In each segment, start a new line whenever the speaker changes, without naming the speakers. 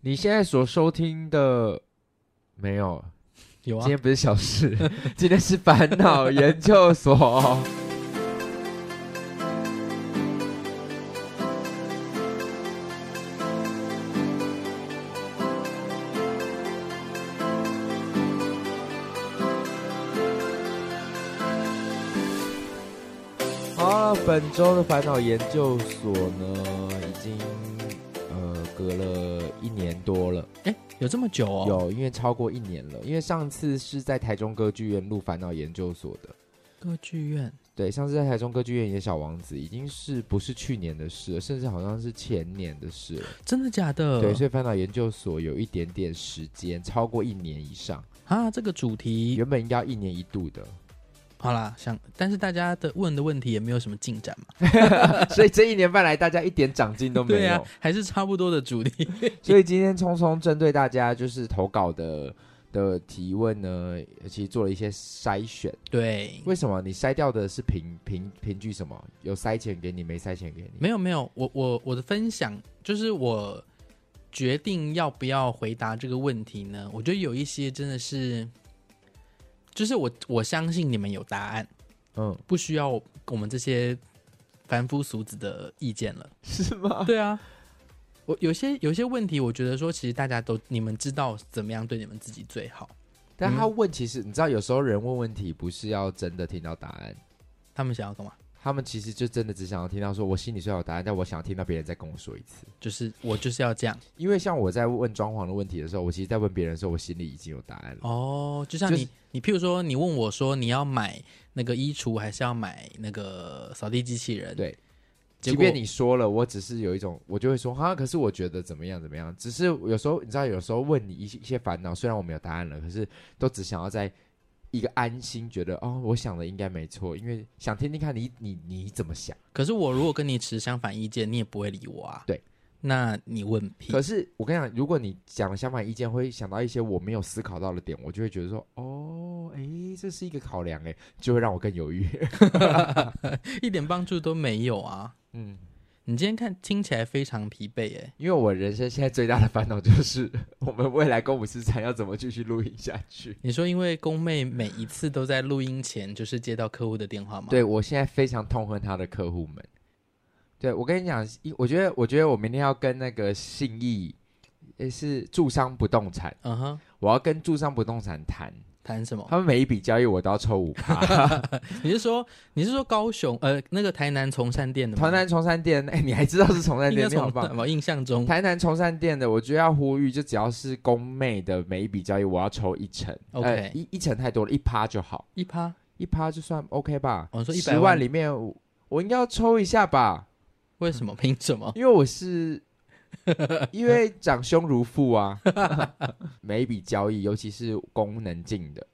你现在所收听的没有？
有啊
今，天不是小事， 今天是烦恼研究所。好啊，本周的烦恼研究所呢，已经呃隔了一年多了。
有这么久哦？
有，因为超过一年了，因为上次是在台中歌剧院录《烦恼研究所》的，
歌剧院，
对，上次在台中歌剧院演《小王子》，已经是不是去年的事了，甚至好像是前年的事了。
真的假的？
对，所以《烦恼研究所》有一点点时间，超过一年以上，
啊，这个主题
原本应该要一年一度的，
好啦，想，但是大家的问的问题也没有什么进展嘛。
所以这一年半来大家一点长进都没
对
有。
啊，还是差不多的主题。
所以今天匆匆针对大家就是投稿的的提问呢，其实做了一些筛选。
对，
为什么你筛掉的是凭凭凭据什么？有塞钱给你，没塞钱给你？
没有没有，我我我的分享就是我决定要不要回答这个问题呢？我觉得有一些真的是，就是我我相信你们有答案，
嗯，
不需要我们这些凡夫俗子的意见了。
是 吗？
对啊，我有些有些问题，我觉得说，其实大家都你们知道怎么样对你们自己最好，
但他问，其实你知道，有时候人问问题不是要真的听到答案，
他们想要干嘛？
他们其实就真的只想要听到说，我心里虽然有答案，但我想要听到别人再跟我说一次。
就是我就是要这样
因为像我在问装潢的问题的时候，我其实在问别人的时候，我心里已经有答案了。
哦，就像
就
你、
是
你譬如说你问我说你要买那个衣橱还是要买那个扫地机器人，
对
结
即
果
便你说了，我只是有一种，我就会说哈，可是我觉得怎么样怎么样。只是有时候你知道，有时候问你一些一些烦恼，虽然我没有答案了，可是都只想要在一个安心，觉得哦，我想的应该没错，因为想听听看你你你怎么想。
可是我如果跟你持相反意见，你也不会理我啊。
对，
那你问屁
可是我跟你讲，如果你讲了相反意见，会想到一些我没有思考到的点，我就会觉得说哦，诶，这是一个考量，诶，就会让我更犹豫。
一点帮助都没有啊！
嗯，
你今天看听起来非常疲惫耶，
因为我人生现在最大的烦恼就是 我们未来公五十三要怎么继续录音下去。
你说因为宫妹每一次都在录音前就是接到客户的电话吗？
对我现在非常痛恨他的客户们。对我跟你讲，一我觉得，我觉得我明天要跟那个信义，也是住商不动产，
嗯哼，
我要跟住商不动产谈，
谈什么？
他们每一笔交易我都要抽五 趴。
你是说你是说高雄呃那个台南崇善店的吗？
台南崇山店，哎、你还知道是崇山
应该
店，你好
崇
棒。
我印象中
台南崇山店的，我觉得要呼吁，就只要是公妹的每一笔交易，我要抽一成。
OK
呃一一成太多了，一趴就好，
一趴，
一趴就算 OK 吧。
哦你说100
十万
万
里面，我我应该要抽一下吧。
为什
嗯
么？凭什么？
因为我是，因为长兄如父啊， 每一笔交易，尤其是功能进的，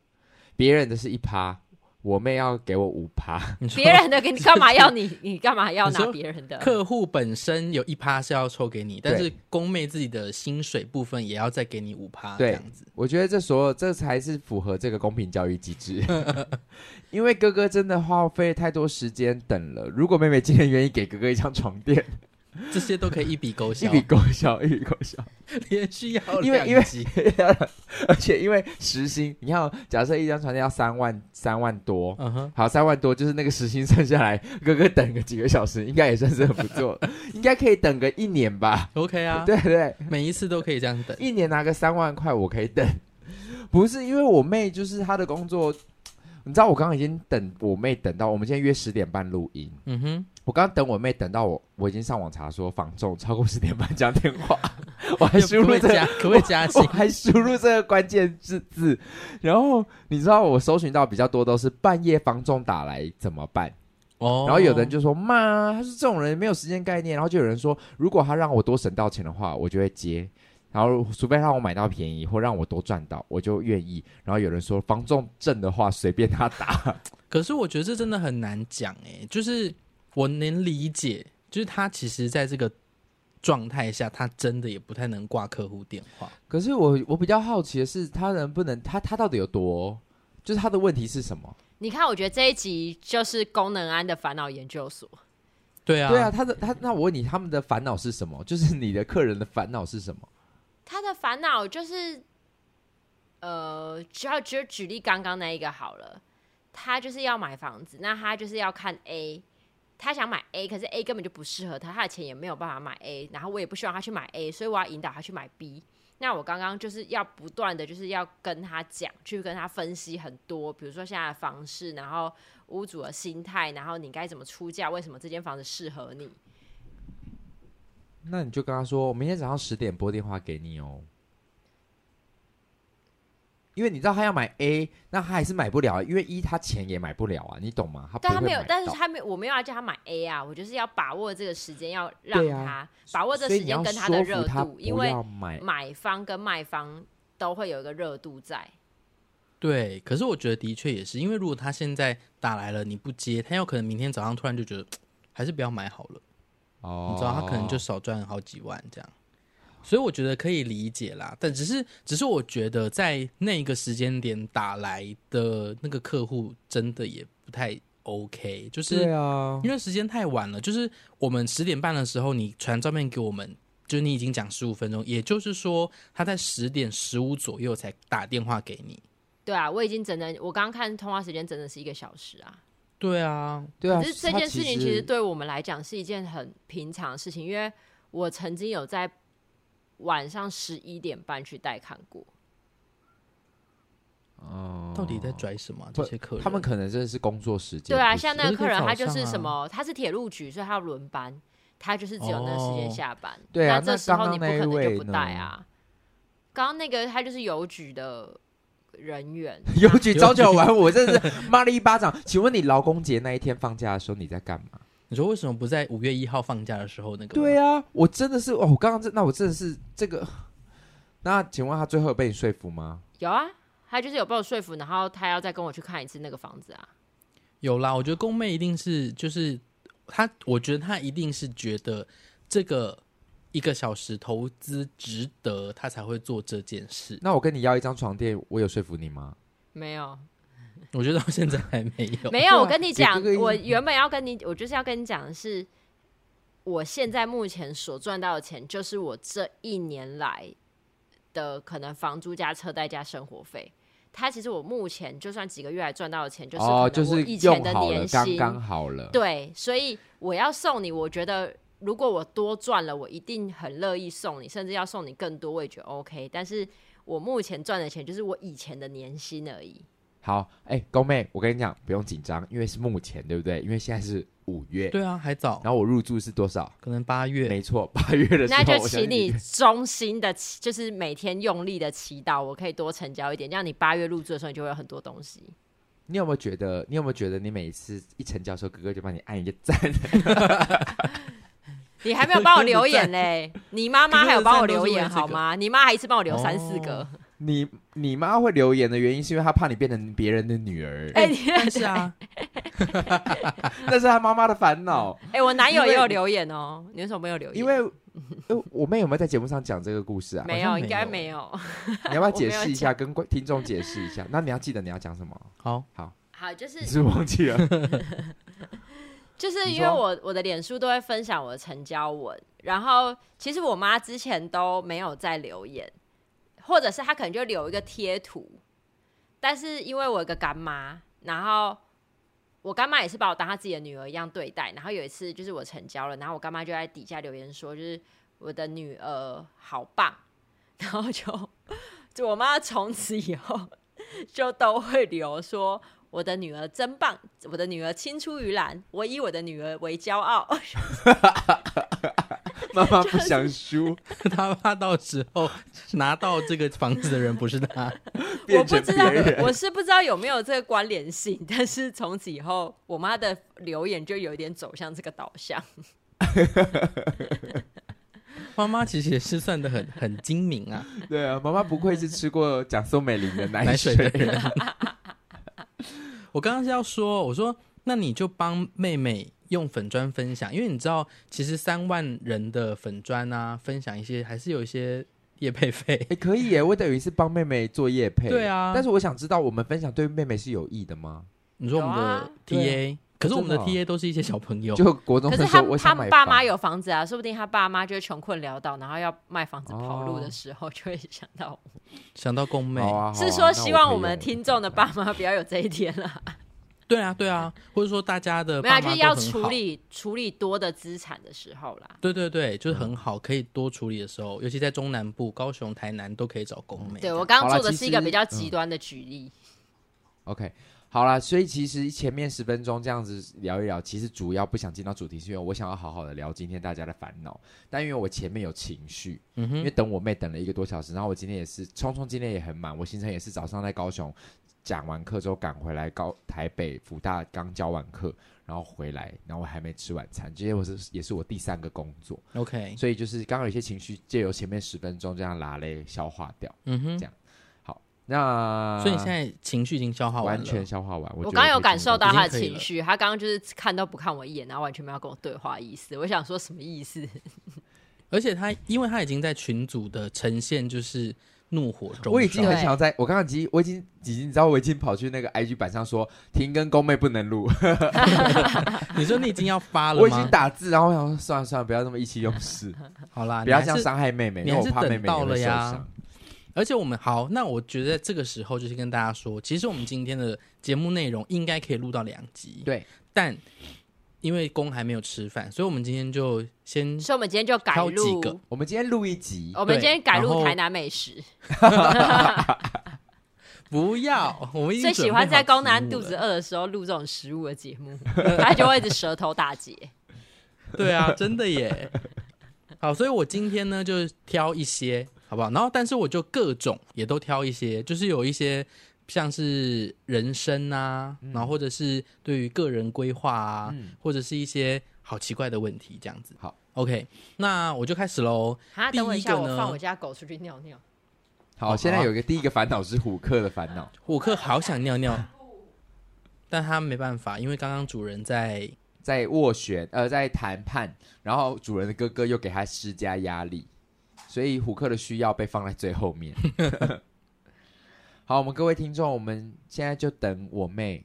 别人的是一趴，我妹要给我五趴，
你说
别人的给你干嘛要你？你干嘛要
你
拿
说
别人的？
客户本身有一趴是要抽给你，但是宫妹自己的薪水部分也要再给你五趴这
对
样子。
我觉得这所有这才是符合这个公平交易机制。 因为哥哥真的耗费太多时间等了，如果妹妹今天愿意给哥哥一张床垫，
这些都可以一笔 勾
一
销，
笔勾销，一笔勾销。
连续要
因为因
两
为
集。
而且因为时薪，你看哦，假设一张床垫要三万三万多，
嗯哼，
好，三万多就是那个时薪算下来，哥哥等个几个小时，应该也算是很不 错，应该可以等个一年吧？
OK 啊，
对对，
每一次都可以这样等。
一年拿个三万块，我可以等。不是因为我妹，就是她的工作，你知道，我刚刚已经等我妹等到，我们现在约十点半录音，
嗯哼，
我刚刚等我妹等到我，我已经上网查说房仲超过十点半讲电话，我还输
可不可
入
以
这个
加？可不可以加薪
我？还输入这个关键字字，然后你知道我搜寻到比较多都是半夜房仲打来怎么办？
哦，
然后有的人就说妈，他说这种人没有时间概念。然后就有人说，如果他让我多省到钱的话，我就会接。然后除非让我买到便宜或让我多赚到，我就愿意。然后有人说房仲挣的话随便他打，
可是我觉得这真的很难讲哎、就是我能理解，就是他其实在这个状态下，他真的也不太能挂客户电话。
可是我我比较好奇的是，他能不能他他到底有多，就是他的问题是什么？
你看，我觉得这一集就是功能安的烦恼研究所。
对啊，
对啊，，他的他那我问你，他们的烦恼是什么？就是你的客人的烦恼是什么？
他的烦恼就是，呃，只要只举例刚刚那一个好了，他就是要买房子，那他就是要看 A，他想买 A，可是 A 根本就不适合他，他的钱也没有办法买 A，然后我也不希望他去买 A，所以我要引导他去买 B。那我刚刚就是要不断的就是要跟他讲，去跟他分析很多，比如说现在的房市，然后屋主的心态，然后你该怎么出价，为什么这间房子适合你。
那你就跟他说，我明天早上十点拨电话给你哦。因为你知道他要买 A，那他还是买不了，啊因为一他钱也买不了啊，你懂吗？他不
但
会
他没有
买，
但是
到
他没有，我没有要叫他买 A 啊，我就是要把握这个时间，要让
对
他、
啊
把握这
所以
时
你要
间跟
说
的
服
热
他
度，因
不
为
要买。
买方跟卖方都会有一个热度在。
对，可是我觉得的确也是，因为如果他现在打来了你不接，他有可能明天早上突然就觉得还是不要买好了，
哦
你知道他可能就少赚好几万这样，所以我觉得可以理解啦。但只是只是我觉得在那个时间点打来的那个客户真的也不太 OK，就是
对啊，
因为时间太晚了，就是我们十点半的时候，你传照片给我们，就是你已经讲十五分钟，也就是说他在十点十五左右才打电话给你。
对啊，我已经整整，我刚刚看通话时间整整是一个小时啊。
对啊，
对啊，
可是这
他
件事情其
其
实对我们来讲是一件很平常的事情，因为我曾经有在晚上十一点半去带看过。
哦
到底在拽什么啊、
不
这些客人？
他们可能真的是工作时间。
对啊，
不是
像那
可是
个
可
客
以
人
早
他就
上
是
啊
什么，他是铁路局，所以他要轮班，他就是只有那个时间
哦
下班。
对啊
那这
那
时候
刚
你不
刚那
可
一
能
位
就不带
呢，
啊。刚刚那个他就是邮局的人员
邮 局朝九晚五，真的是骂了一巴掌。请问你劳工节那一天放假的时候你在干嘛？
你说为什么不在五月一号放假的时候那个？
对
啊，
啊，我真的是哦，我刚刚这那我真的是这个。那请问他最后有被你说服吗？
有啊，他就是有被我说服，然后他要再跟我去看一次那个房子啊。
有啦，我觉得宫妹一定是就是她，我觉得她一定是觉得这个一个小时投资值得，她才会做这件事。
那我跟你要一张床垫，我有说服你吗？
没有，
我觉得到现在还没有。
没
对
有。我
啊
跟你
也
讲
这个意，
我原本要跟你，我就是要跟你讲的是，我现在目前所赚到的钱，就是我这一年来的可能房租加车贷加生活费。它其实我目前就算几个月来赚到的钱，就是
哦，
可
就
能我
是
以前
用
的
好了，
年
刚
薪，
刚好了。
对，所以我要送你，我觉得如果我多赚了，我一定很乐意送你，甚至要送你更多，我也觉得 OK。但是我目前赚的钱就是我以前的年薪而已。
好，哎、高妹，我跟你讲，不用紧张，因为是目前，对不对？因为现在是五月，
对啊，还早，
然后我入住是多少？
可能八月。
没错，八月的时候，
那就
我相
请
信
你衷心的，就是每天用力的祈祷，我可以多成交一点，这样你八月入住的时候，你就会有很多东西。
你有没有觉得？你有没有觉得你每一次一成交的时候，哥哥就帮你按一个赞？
你还没有帮我留言 嘞，你妈妈还有帮我留言好吗？你妈还一次帮我留三四个
哦，
你你妈会留言的原因是因为她怕你变成别人的女儿，
哎、
但是啊，
那是她妈妈的烦恼。
哎、我男友
因为
也有留言哦，你为什么没有留言？
因为 呃我妹有没有在节目上讲这个故事啊？
没
好
有，
像
应该
没
没有。
你要不要解释一下，跟观听众解释一下？那你要记得你要讲什么？
好，
好，就是
你是不是忘 记了？
就是
你
因为
说
我我的脸书都会分享我的成交文，然后其实我妈之前都没有在留言，或者是她可能就留一个贴图，但是因为我有个干妈，然后我干妈也是把我当她自己的女儿一样对待，然后有一次就是我成交了，然后我干妈就在底下留言说，就是我的女儿好棒，然后就就我妈从此以后 就都会留说。我的女儿真棒，我的女儿青出于蓝，我以我的女儿为骄傲。
妈妈不想输，
他怕到时候拿到这个房子的人不是他。
我
变
不
成
知
别
道，
人。
我是不知道有没有这个关联性， 但是从此以后，我妈的留言就有点走向这个导向。
妈妈其实也是算的很很精明啊，
对啊，妈妈不愧是吃过蒋宋美龄的
奶
奶
水的人。我刚刚是要说，我说那你就帮妹妹用粉砖分享，因为你知道，其实三万人的粉砖啊，分享一些还是有一些业配费。
哎、可以耶！我等于是帮妹妹做夜配。
对啊
但是我想知道，我们分享对妹妹是有益的吗？
你说我们
有啊
的 TA，、可是我们的
真的哦
TA 都是一些小朋友，
就国中
可
生
是
说
他
我
他
想买
爸妈
房
有房子啊，说不定他爸妈就是穷困潦倒，然后要卖房子跑路的时候，就会想到我。
想到宫妹，
好啊，好啊
是
那
说希望我们
可以用
听众的爸妈不要有这一天啦，
对啊对啊，或者说大家的
没有啊，
爸妈
就是
都
要
很
处
好
理处理多的资产的时候
哎
啦。
对对对，就是
嗯
很好，可以多处理的时候，尤其在中南部，高雄、台南都可以找工妹。
对我刚
好
刚
啦
做的
其
是一个
实
比较
嗯
极端的举例，
OK，好啦，所以其实前面十分钟这样子聊一聊，其实主要不想进到主题，是因为我想要好好的聊今天大家的烦恼。但因为我前面有情绪，
嗯
因
哼，
为等我妹等了一个多小时，然后我今天也是，聪聪今天也很满，我行程也是早上在高雄讲完课之后赶回来高台北福大刚教完课，然后回来，然后我还没吃晚餐，今天我是也是我第三个工作，
OK，
所以就是刚刚有些情绪借由前面十分钟这样拉嘞消化掉。
嗯哼
这，那
所以你现在情绪已经消耗完
啊完
了，
全消化完，我
我
觉得
刚刚有
可以
感
进
受到
已经
他的
可以
情
了
绪，他刚刚就是看都不看我一眼，然后完全没有跟我对话的意思。我想说什么意思？
而且他因为他已经在群组的呈现就是怒火中烧，
我已经很
对
想要在，我刚刚已经，我已经已经，你知道，我已经跑去那个 IG 版上说停跟公妹不能录，
你说你已经要发啊了
我已经
吗？
打字，然后我想说算了算了，不要那么意气用事，
好啦，
不要
啊你
这样
还是。
伤害妹妹，
你
因
还
为
是
我怕妹妹也
等到
会
了
受
呀
伤。
而且我们好，那我觉得这个时候就是跟大家说，其实我们今天的节目内容应该可以录到两集，
对，
但因为公还没有吃饭，所以我们今天就先
所以我们今天就改
挑几
录，
个
我们今天录一集，
我们今
对
天改
然
录
后
台南美食。
不要，我们已经
最喜欢
准备好
在高
题
男
目
肚
了
子饿的时候录这种食物的节目， 他就会一直舌头打结。
对啊，真的耶。好，所以我今天呢就挑一些，好不好？然后，但是我就各种也都挑一些，就是有一些像是人生啊，然后或者是对于个人规划啊，
嗯
或者是一些好奇怪的问题这样子。
好
，OK，那我就开始喽。
啊，
第
等我一
一
下，
个
我
呢
放我家狗出去尿尿。
好，现
啊
在有一个第一个烦恼是虎克的烦恼，
虎克好想 尿尿，但他没办法，因为刚刚主人在
在斡旋呃在谈判，然后主人的哥哥又给他施加压力，所以虎克的需要被放在最后面。 好，我们各位听众，我们现在就等我妹，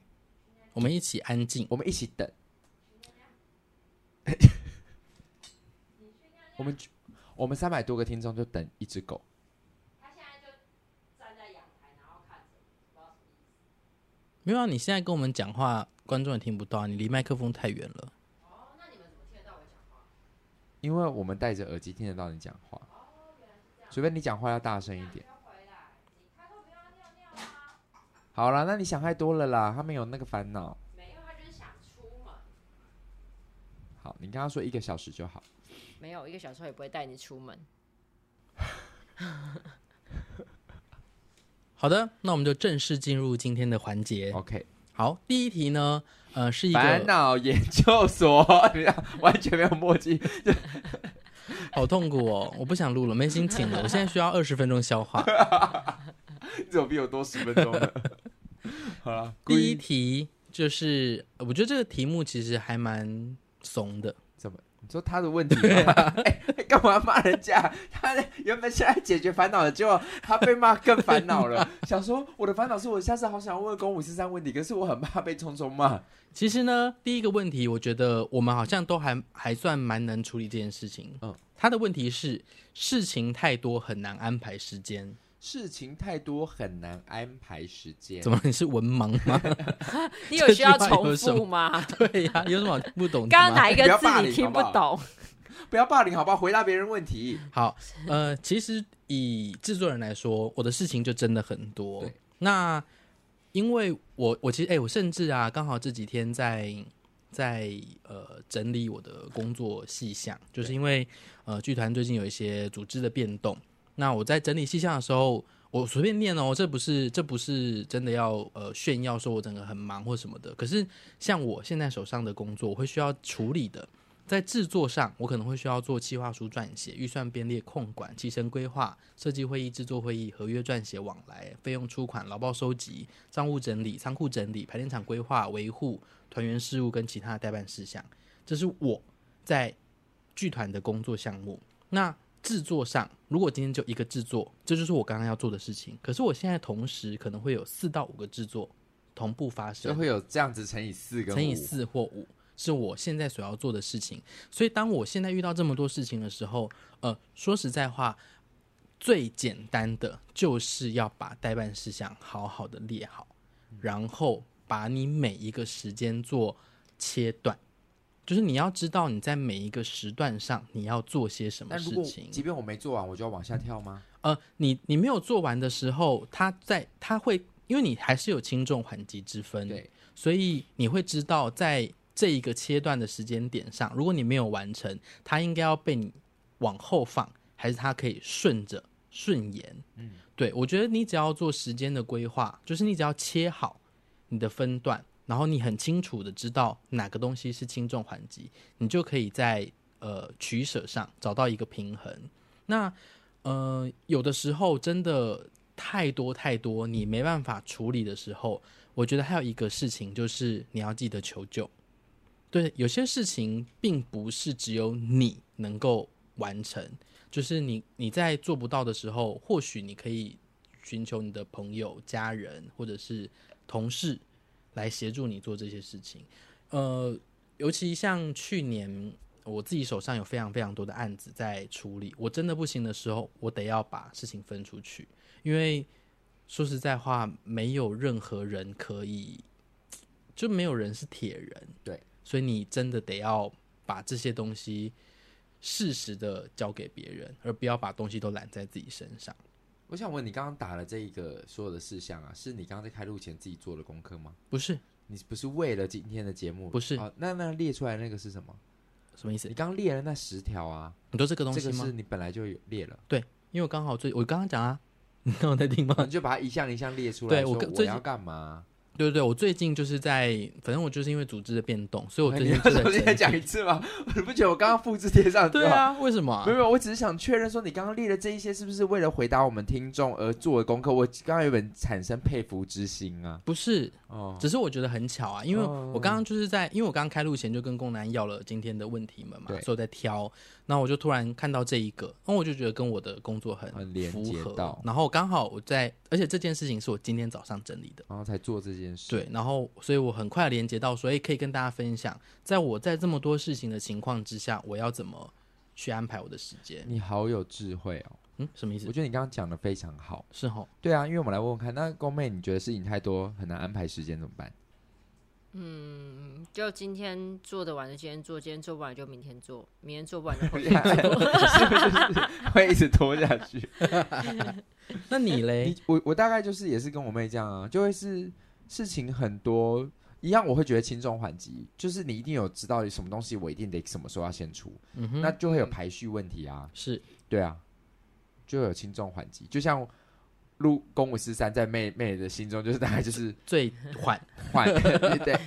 我们一起安静。
我们一起等。 我们我们三百多个听众就等一只狗。
没有、啊，你现在跟我们讲话，观众也听不到啊，你离麦克风太远了。
因为我们戴着耳机听得到你讲话，除非你讲话要大声一点。好啦，那你想太多了啦，他们有那个烦恼。
没有，他就是想出门。
好，你跟他说一个小时就好。
没有，一个小时候也不会带你出门。
好的，那我们就正式进入今天的环节。
OK，
好，第一题呢，呃，是一
烦
个
恼研究所， 你看完全没有默契。
好痛苦哦， 我不想录了，没心情了，我现在需要二十分钟消 化。
你怎么比我多十分钟呢？ 好了，故
第一
意
题就是，呃我觉得这个题目其实还蛮怂的，
你说他的问题 吗？哎、干嘛骂人家？他原本现在解决烦恼了，结果他被骂更烦恼 了。想说我的烦恼是我下次好想问公五十三问题，可是我很怕被聪聪骂。
其实呢，第一个问题，我觉得我们好像都还还算蛮能处理这件事情。
嗯
嗯，他的问题是事情太多，很难安排时间。
事情太多，很难安排时间。
怎么你是文盲吗？
你
这
有需要
句话有
重
什么
复吗？
对呀、有什么好不懂的吗？
刚刚哪一
不
个
要
字
霸
你
凌
听
好不好
懂？
不要霸凌好不好？回答别人问题。
好，呃，其实以制作人来说，我的事情就真的很多
对。
那因为我我其实哎、我甚至啊，刚好这几天在在呃整理我的工作细项，就是因为呃剧团最近有一些组织的变动。那我在整理细项的时候，我随便念哦，这不是这不是真的要呃炫耀说我整个很忙或什么的。可是像我现在手上的工作，我会需要处理的，在制作上，我可能会需要做企划书撰写、预算编列、控管、提升规划、设计会议、制作会议、合约撰写、往来、费用出款、劳报收集、账务整理、仓库整理、排练场规划、维护、团员事务跟其他的代办事项。这是我在剧团的工作项目。那制作上，如果今天就一个制作，这就是我刚刚要做的事情。可是我现在同时可能会有四到五个制作同步发
就
生，
会有这样子乘以四跟
乘以
五
四或五是我现在所要做的事情。所以当我现在遇到这么多事情的时候，呃，说实在话，最简单的就是要把代办事项好好的列好，
嗯
然后把你每一个时间做切断。就是你要知道你在每一个时段上你要做些什么
但如
事
果
情。
即便我没做完，我就要往下跳吗？
呃，你你没有做完的时候，他在他会，因为你还是有轻重缓急之分，
对，
所以你会知道在这一个切断的时间点上，如果你没有完成，它应该要被你往后放，还是它可以顺着顺延？嗯，对，我觉得你只要做时间的规划，就是你只要切好你的分段，然后你很清楚的知道哪个东西是轻重缓急，你就可以在呃取舍上找到一个平衡。那呃，有的时候真的太多太多，你没办法处理的时候，我觉得还有一个事情就是你要记得求救。对，有些事情并不是只有你能够完成，就是你你在做不到的时候，或许你可以寻求你的朋友、家人或者是同事来协助你做这些事情。呃，尤其像去年我自己手上有非常非常多的案子在处理，我真的不行的时候，我得要把事情分出去，因为说实在话，没有任何人可以，就没有人是铁人，
对，
所以你真的得要把这些东西适时的交给别人，而不要把东西都揽在自己身上。
我想问你，刚刚打了这一个所有的事项啊，是你刚刚在开录前自己做的功课吗？
不是
你不是为了今天的节目？
不是
哦、那那列出来那个是什么？
什么意思
你？刚列了那十条啊，
你说这个东
这
西
个
吗？
是你本来就有列 了，
因为我刚好最我刚刚讲啊，你看我在听吗？
你就把它一项一项列出来，
对
说
我
我
跟最近
要干嘛？
对对对，我最近就是在，反正我就是因为组织的变动，所以我最
你
近
要
就在
重新再
整
讲一次吗？ 你不觉得我刚刚复制贴上？
对，啊，为什么啊、
没有，没有我只是想确认说你刚刚列的这一些是不是为了回答我们听众而做的功课？我刚刚有本产生佩服之心啊。
不是，
哦，
只是我觉得很巧啊，因为
哦
我刚刚就是在，因为我刚刚开录前就跟宫南要了今天的问题们嘛，
对
所以我在挑，然后我就突然看到这一个，然后我就觉得跟我的工作很
很连
符
接
合
到
然后刚好我在，而且这件事情是我今天早上整理的。
然后才做这件事。
对，然后所以我很快连接到说，哎，可以跟大家分享，在我在这么多事情的情况之下，我要怎么去安排我的时间？
你好有智慧哦！
嗯，什么意思
我？觉得你刚刚讲的非常好。
是吼，
对啊，因为我们来问问看，那宫妹，你觉得事情太多，很难安排时间怎么办？
就今天做得完就今天做，今天做不完就明天做，明天做不 完就后
是
天做。
不是会一直拖下 去？
那你嘞
你？我我大概就是也是跟我妹这样啊，就会是事情很多一样，我会觉得轻重缓急，就是你一定有知道什么东西，我一定得什么时候要先出，
嗯哼，
那就会有排序问题啊。
是
对啊，就会有轻重缓急，就像录公五十三在妹妹的心中，就是大概就是
最缓，
换对，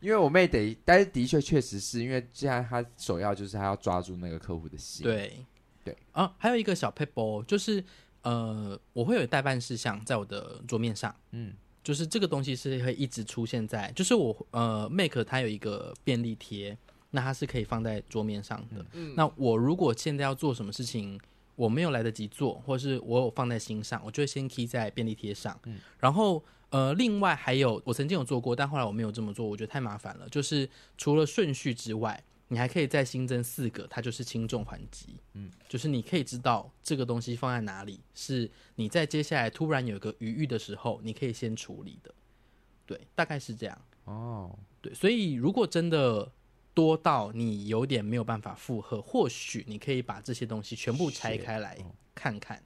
因为我妹得，但是的确确实是因为现在她首要就是她要抓住那个客户的心，，
对
对
啊，还有一个小 p a p e 就是呃，我会有代办事项在我的桌面上，
嗯，
就是这个东西是会一直出现在，就是我呃 Make 它有一个便利贴，那它是可以放在桌面上的。
嗯
那我如果现在要做什么事情，我没有来得及做，或是我有放在心上，我就会先 key 在便利贴上。嗯，然后呃，另外还有我曾经有做过，但后来我没有这么做，我觉得太麻烦了。就是除了顺序之外，你还可以再新增四个，它就是轻重缓急。嗯，就是你可以知道这个东西放在哪里，是你在接下来突然有个余裕的时候，你可以先处理的。对，大概是这样。
哦，
对，所以如果真的多到你有点没有办法负荷，或许你可以把这些东西全部拆开来
嗯
看看。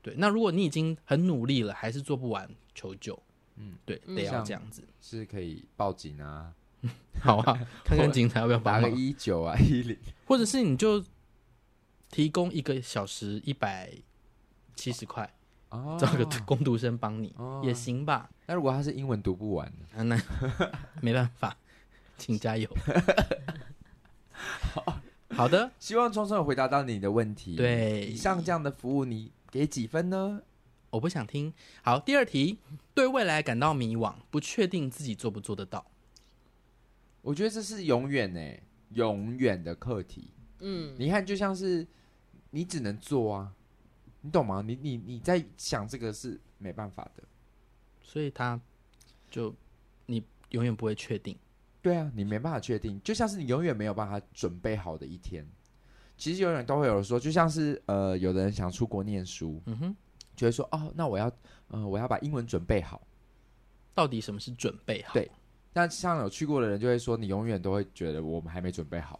对，那如果你已经很努力了，还是做不完，求救。嗯，对，得要
像
这样子。
是可以报警啊，
好 啊，看看警察要不要
打
帮
个
忙，
一九啊 一零，
或者是你就提供一个小时一百七十块，
哦，
找个工读生帮你、
哦
也行吧。
那如果他是英文读不完呢？
啊， 那没办法，请加油。好的，
希望聪聪有回答到你的问题。，
对
以，上这样的服务你给几分呢？
我不想听。好，第二题，对未来感到迷惘，不确定自己做不做得到。
我觉得这是永远呢、永远的课题。
嗯，
你看，就像是你只能做啊，你懂吗？你你你在想这个是没办法的。
所以他就你永远不会确定。
对啊，你没办法确定，就像是你永远没有办法准备好的一天。其实永远都会有人说，就像是呃，有的人想出国念书，
嗯哼，
就会说哦，那我要呃，我要把英文准备好。
到底什么是准备好？
对那像有去过的人就会说，你永远都会觉得我们还没准备好，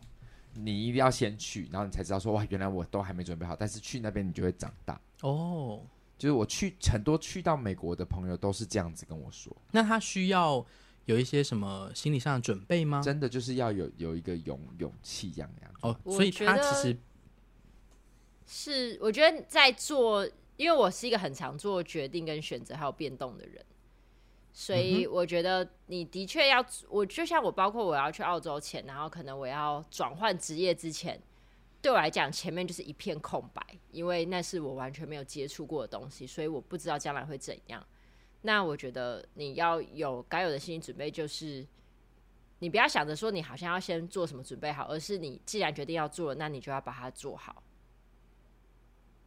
你一定要先去，然后你才知道说哇，原来我都还没准备好。但是去那边你就会长大。
哦，
就是我去很多去到美国的朋友都是这样子跟我说，
那他需要有一些什么心理上的准备吗？
真的就是要有有一个勇勇气这样这样。
哦，
我
所以
觉
他
得
其实
是，我觉得在做，因为我是一个很常做决定跟选择还有变动的人，所以我觉得你的确要，我就像我，包括我要去澳洲前，然后可能我要转换职业之前，对我来讲前面就是一片空白，因为那是我完全没有接触过的东西，所以我不知道将来会怎样。那我觉得你要有该有的心理准备，就是你不要想着说你好像要先做什么准备好，而是你既然决定要做了，那你就要把它做好。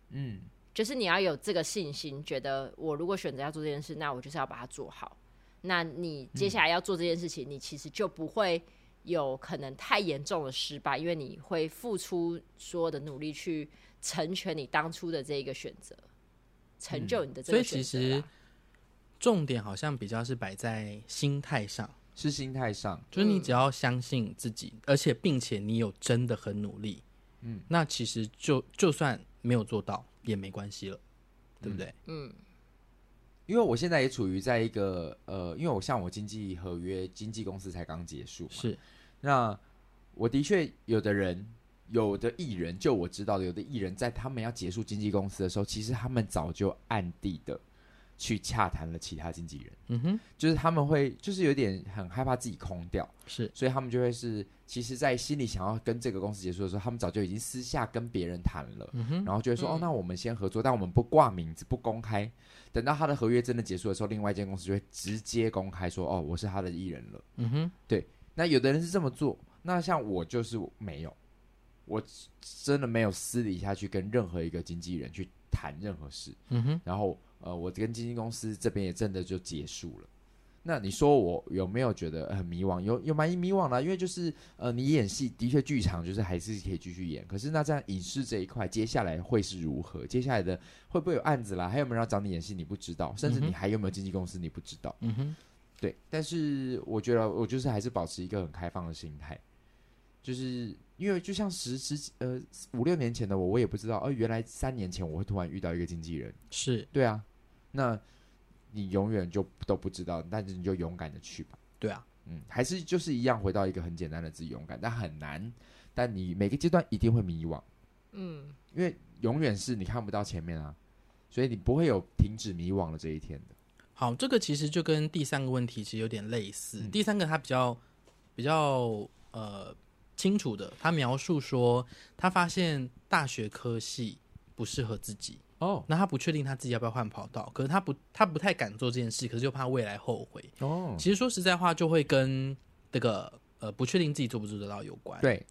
嗯，
就是你要有这个信心，觉得我如果选择要做这件事，那我就是要把它做好。那你接下来要做这件事情，你其实就不会有可能太严重的失败，因为你会付出所有的努力去成全你当初的这一个选择，成就你的这
嗯所以
个
其
选择
实
啦。
重点好像比较是摆在心态上，
是心态上，
就是你
嗯
只要相信自己，而且并且你有真的很努力，嗯，那其实就就算没有做到也没关系了，对不对？
嗯，
因为我现在也处于在一个呃，因为我像我经纪合约经纪公司才刚结束嘛，
是
那我的确有的人，有的艺人，就我知道的，有的艺人在他们要结束经纪公司的时候，其实他们早就暗地的去洽谈了其他经纪人，
嗯哼，
就是他们会就是有点很害怕自己空掉，
是
所以他们就会是其实，在心里想要跟这个公司结束的时候，他们早就已经私下跟别人谈了，然后就会说、
嗯
哦，那我们先合作，但我们不挂名字，不公开。等到他的合约真的结束的时候，另外一间公司就会直接公开说哦，我是他的艺人了。
嗯哼，
那有的人是这么做，那像我就是没有，我真的没有私底下去跟任何一个经纪人去谈任何事。
嗯哼，
然后呃，我跟经纪公司这边也真的就结束了。那你说我有没有觉得很迷惘？有有蛮迷惘的啊、因为就是呃，你演戏的确剧场就是还是可以继续演，可是那这样影视这一块接下来会是如何？接下来的会不会有案子啦？还有没有人要找你演戏？你不知道，甚至
嗯
你
哼
还有没有经纪公司？你不知道。
嗯哼，
对，但是我觉得我就是还是保持一个很开放的心态，就是因为就像十十几呃五六年前的我，我也不知道，哦、原来三年前我会突然遇到一个经纪人，
是
对啊，那你永远就都不知道，但是你就勇敢的去吧，
对啊，
嗯，还是就是一样回到一个很简单的自己勇敢，但很难，但你每个阶段一定会迷惘，
嗯，
因为永远是你看不到前面啊，所以你不会有停止迷惘的这一天的，
好，这个其实就跟第三个问题其实有点类似。
嗯
第三个它比较比较呃清楚的，他描述说他发现大学科系不适合自己，
哦
那他不确定他自己要不要换跑道，可是他不他不太敢做这件事，可是又怕未来后悔。
哦，
其实说实在话，就会跟这个呃不确定自己做不做得到有关。，
对，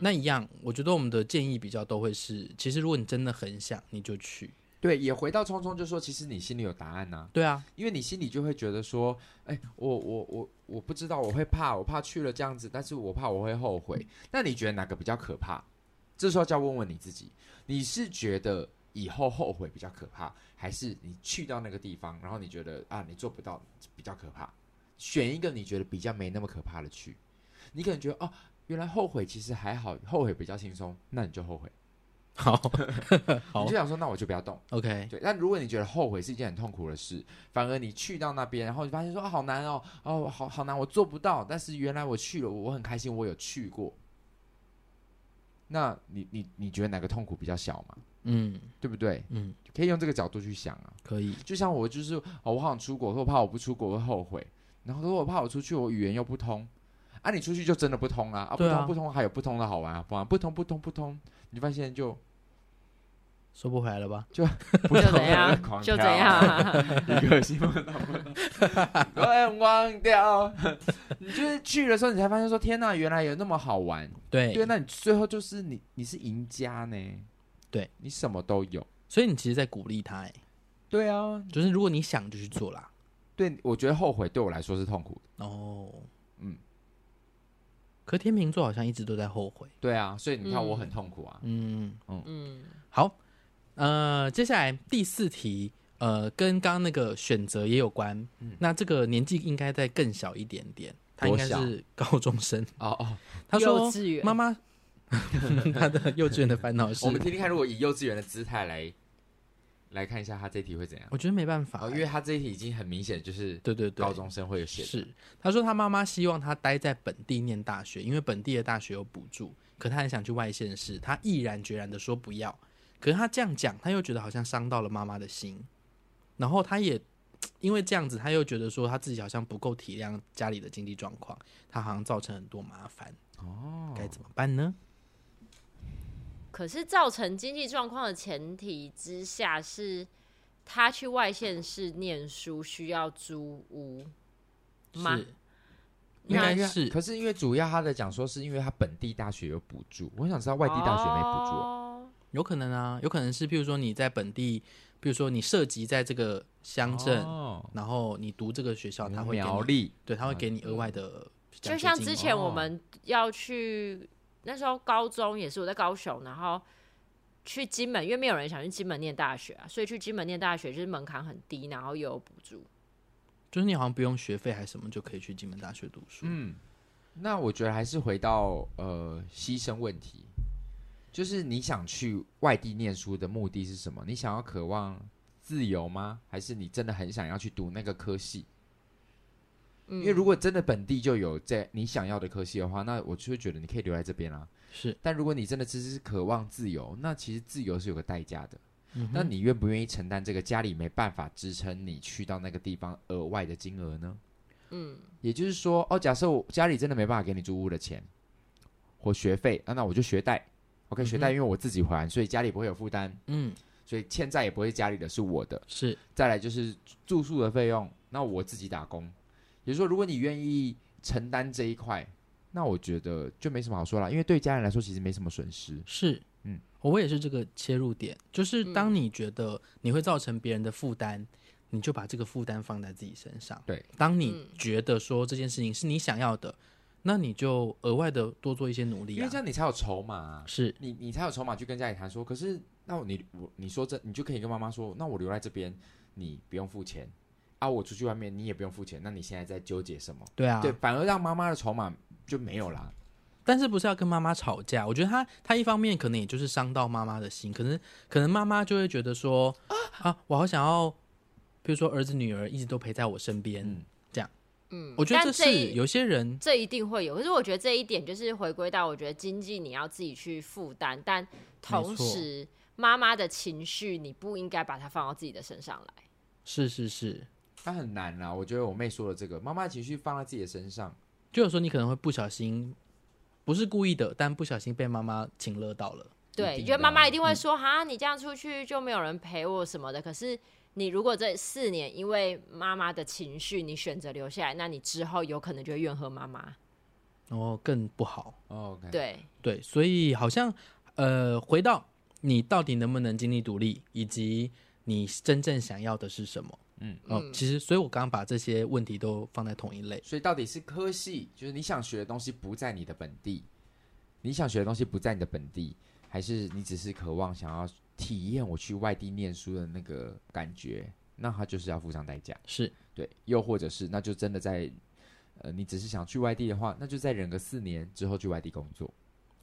那一样，我觉得我们的建议比较都会是，其实如果你真的很想，你就去。
对，也回到聪聪就说，其实你心里有答案呐、
对啊，
因为你心里就会觉得说，哎，我我我我不知道，我会怕，我怕去了这样子，但是我怕我会后悔。那你觉得哪个比较可怕？这时候就要问问你自己，你是觉得以后后悔比较可怕，还是你去到那个地方，然后你觉得啊你做不到比较可怕？选一个你觉得比较没那么可怕的去，你可能觉得哦，原来后悔其实还好，后悔比较轻松，那你就后悔，
好
你
好
就想说那我就不要动。
，OK，
对，但如果你觉得后悔是一件很痛苦的事，反而你去到那边，然后你发现说、啊、好难哦，哦，好好难，我做不到。但是原来我去了，我很开心，我有去过。那你你你觉得哪个痛苦比较小嘛？
嗯
对不对？
嗯，
可以用这个角度去想啊。
可以。
就像我就是哦，我好想出国，可我怕我不出国会后悔，然后可是我怕我出去我语言又不通，啊，你出去就真的不通啦，啊，不
对啊
通不通还有不通的好玩啊，不然不通不通不通，你发现就
收不回来了吧？
不
就
通
怎
的
样
狂
就怎
跳啊
样、啊，
一个新闻到不到，我很忘掉。你就是去的时候，你才发现说，天呐，原来有那么好玩。
对，
对，那你最后就是你，你是赢家呢。
对，
你什么都有。
所以你其实在鼓励他、欸，
对啊，
就是如果你想就去做啦，
对，我觉得后悔对我来说是痛苦的。
哦，
嗯
嗯。可天秤座好像一直都在后悔。
对啊，所以你看
嗯
我很痛苦啊。
嗯，
嗯，
好，呃，接下来第四题，呃，跟刚刚那个选择也有关。那这个年纪应该再更小一点点，他应该
嗯多小
是高 中生。
哦哦，
他
幼
说
稚：“园
妈妈， 他的幼稚园的烦恼 是
我，们听听看，如果以幼稚园的姿态来来看一下他这题会怎样？
我觉得没办法
哦，因
欸、
为他这一题已经很明显就是
对对对，
高中生会有写的
是，他说他妈妈希望他待在本地念大学，因为本地的大学有补助，可他很想去外县市，他毅然决然的说不要。可是他这样讲，他又觉得好像伤到了妈妈的心，然后他也因为这样子，他又觉得说他自己好像不够体谅家里的经济状况，他好像造成很多麻烦，
哦
该怎么办呢？
可是造成经济状况的前提之下是，他去外县市念书需要租屋吗？
是，应该是
可是因为主要他的讲说是因为他本地大学有补助，我想知道外地大学没补助哦。
哦
有可能啊，有可能是，譬如说你在本地，譬如说你涉及在这个乡镇，
哦
然后你读这个学校，他会给你
苗栗
对，他会
啊
给你额外的奖学金嘛，
就像之前我
哦
们要去那时候高中也是我在高雄，然后去金门，因为没有人想去金门念大学啊，所以去金门念大学就是门槛很低，然后又有补助。
就是你好像不用学费还是什么就可以去金门大学读书。
嗯，那我觉得还是回到呃牺牲问题，就是你想去外地念书的目的是什么？你想要渴望自由吗？还是你真的很想要去读那个科系？
嗯
因为如果真的本地就有在你想要的科系的话，那我就会觉得你可以留在这边啊啦、
是，
但如果你真的只是渴望自由，那其实自由是有个代价的。
嗯哼
那你愿不愿意承担这个家里没办法支撑你去到那个地方额外的金额呢？
嗯，
也就是说，哦，假设我家里真的没办法给你租屋的钱或学费，啊、那我就学贷。OK，
嗯哼
学贷因为我自己还，所以家里不会有负担，
嗯
所以欠债也不会是家里的，是我的。
是
再来就是住宿的费用，那我自己打工。也就是说，如果你愿意承担这一块，那我觉得就没什么好说了，因为对家人来说其实没什么损失。
是，
嗯
嗯，我也是这个切入点，就是
嗯
当你觉得你会造成别人的负担，你就把这个负担放在自己身上。
对，
当你
嗯
觉得说这件事情是你想要的，那你就额外的多做一些努力
因为
啊
这。样你才有筹码、啊，
是，
你你才有筹码去跟家里谈说。可是那我你我你说这，你就可以跟妈妈说，那我留在这边，你不用付钱啊，我出去外面你也不用付钱，那你现在在纠结什么？
对啊，
对，反而让妈妈的筹码就没有啦。
但是不是要跟妈妈吵架？我觉得他他一方面可能也就是伤到妈妈的心，可能可能妈妈就会觉得说啊，我好想要，比如说儿子女儿一直都陪在我身边，
嗯
嗯，
我觉得
但
这
这
是
一
有些人
这一定会有，可是我觉得这一点就是回归到，我觉得经济你要自己去负担，但同时妈妈的情绪你不应该把它放到自己的身上来。
是是是，
她很难啦，我觉得我妹说的这个，妈妈情绪放在自己的身上，
就有时候你可能会不小心，不是故意的，但不小心被妈妈请乐到了。
一
对，
定
觉得
的
妈妈
啊
一定会说：“哈、你这样出去就没有人陪我什么的。”可是你如果这四年因为妈妈的情绪，你选择留下来，那你之后有可能就会怨恨妈妈。
然后更不好。
哦，OK，
对，
对，所以好像呃，回到你到底能不能经济独立，以及你真正想要的是什么。
嗯
哦、其实，所以我刚刚把这些问题都放在同一类。
所以到底是科系，就是你想学的东西不在你的本地，你想学的东西不在你的本地，还是你只是渴望想要体验我去外地念书的那个感觉？那他就是要付上代价，
是，
对，又或者是那就真的在，呃，你只是想去外地的话，那就再忍个四年之后去外地工作。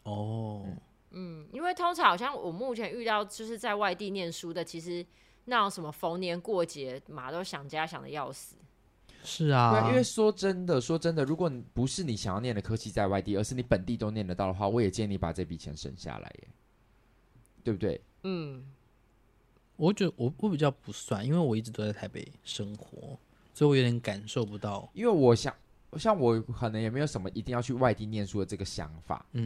哦，
嗯，因为通常好像我目前遇到就是在外地念书的，其实那种什么逢年过节嘛，都想家想的要死。
是
对
啊，
啊，因为说真的，说真的，如果你不是你想要念的科系在外地，而是你本地都念得到的话，我也建议你把这笔钱省下来耶，对不对？
嗯，
我觉得我我比较不算，因为我一直都在台北生活，所以我有点感受不到。
因为我想，像我可能也没有什么一定要去外地念书的这个想法。嗯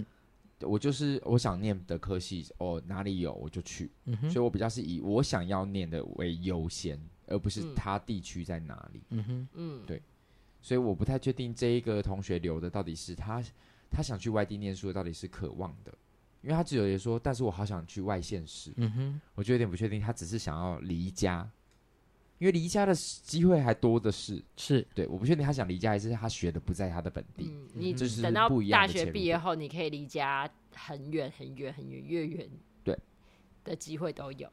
嗯，
我就是我想念的科系，哦，哪里有我就去，
嗯哼，
所以我比较是以我想要念的为优先，而不是
嗯
它地区在哪里。
嗯哼，
嗯，
所以我不太确定这一个同学留的到底是他他想去外地念书的到底是渴望的，因为他只有也说，但是我好想去外县市，
嗯哼，
我就有点不确定，他只是想要离家，因为离家的机会还多的是。
是
对，我不确定他想离家，还是他学的不在他的本地。
嗯，你
这是
等到
不一样
大
的切
学
入
毕业
点
后，你可以离家很远很远很远，越远
对
的机会都有。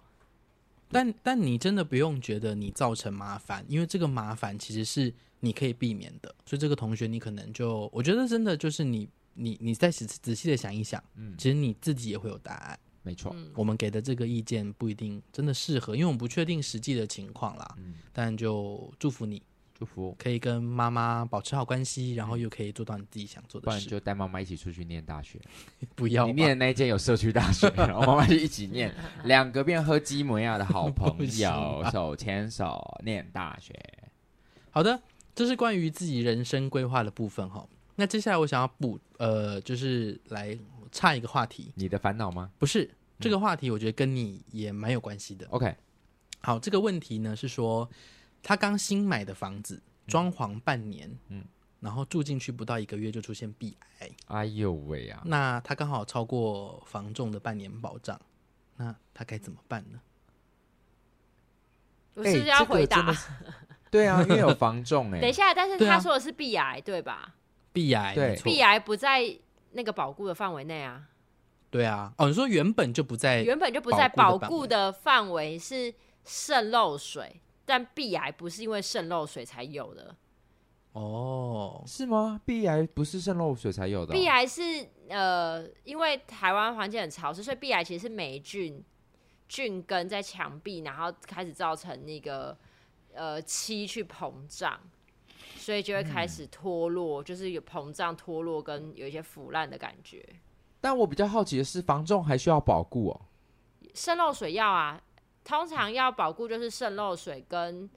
但但你真的不用觉得你造成麻烦，因为这个麻烦其实是你可以避免的。所以这个同学，你可能就我觉得真的就是你你你再仔仔细的想一想，
嗯
其实你自己也会有答案。
没错，
嗯，
我们给的这个意见不一定真的适合，因为我们不确定实际的情况啦。
嗯
但就祝福你
祝福。
可以跟妈妈保持好关系，然后又可以做到你自己想做
不
的
然
事。
就带妈妈一起出去念大学。
不要
你
吧
念的那一间有社区大 学，然后妈妈就一起 念，两个变喝基摩亚的好
不
朋
行啊
友
吧，
手牵手念大 学。
好的，这是关于自己人生规划的部分哈。那接下来我想要补呃，就是来插一个话题，
你的烦恼吗
不是这个话题，我觉得跟你也蛮有关系的。
？OK，
好，这个问题呢是说，他刚新买的房子，装潢半年，嗯
嗯，
然后住进去不到一个月就出现壁癌，
哎呦喂
嗯
啊！
那他刚好超过房仲的半年保障，那他该怎么办呢？
我
哎
是不是要
这个
回
真
答
的？对啊，因为有房 仲哎、
等一下，但是
对啊
他说的是避癌，对吧？
壁癌，
对
没错
避，癌不在那个保固的范围内啊，
对啊，哦，你说原本就不
哎
在，
原本就不在
保
保
固的范围
固的范围，是渗漏水，但避癌不是因为渗漏水才有的，
哦，
是吗？碧癌不是渗漏水才有的、哦，
避癌是呃，因为台湾环境很潮湿，所以避癌其实是霉菌菌根在墙壁，然后开始造成那个呃漆去膨胀，所以就会开始脱落，就是有膨胀脱落跟有一些腐烂的感觉。
但我比较好奇的是，房仲还需要保固哦。
渗漏水药啊，通常要保护就是渗漏水跟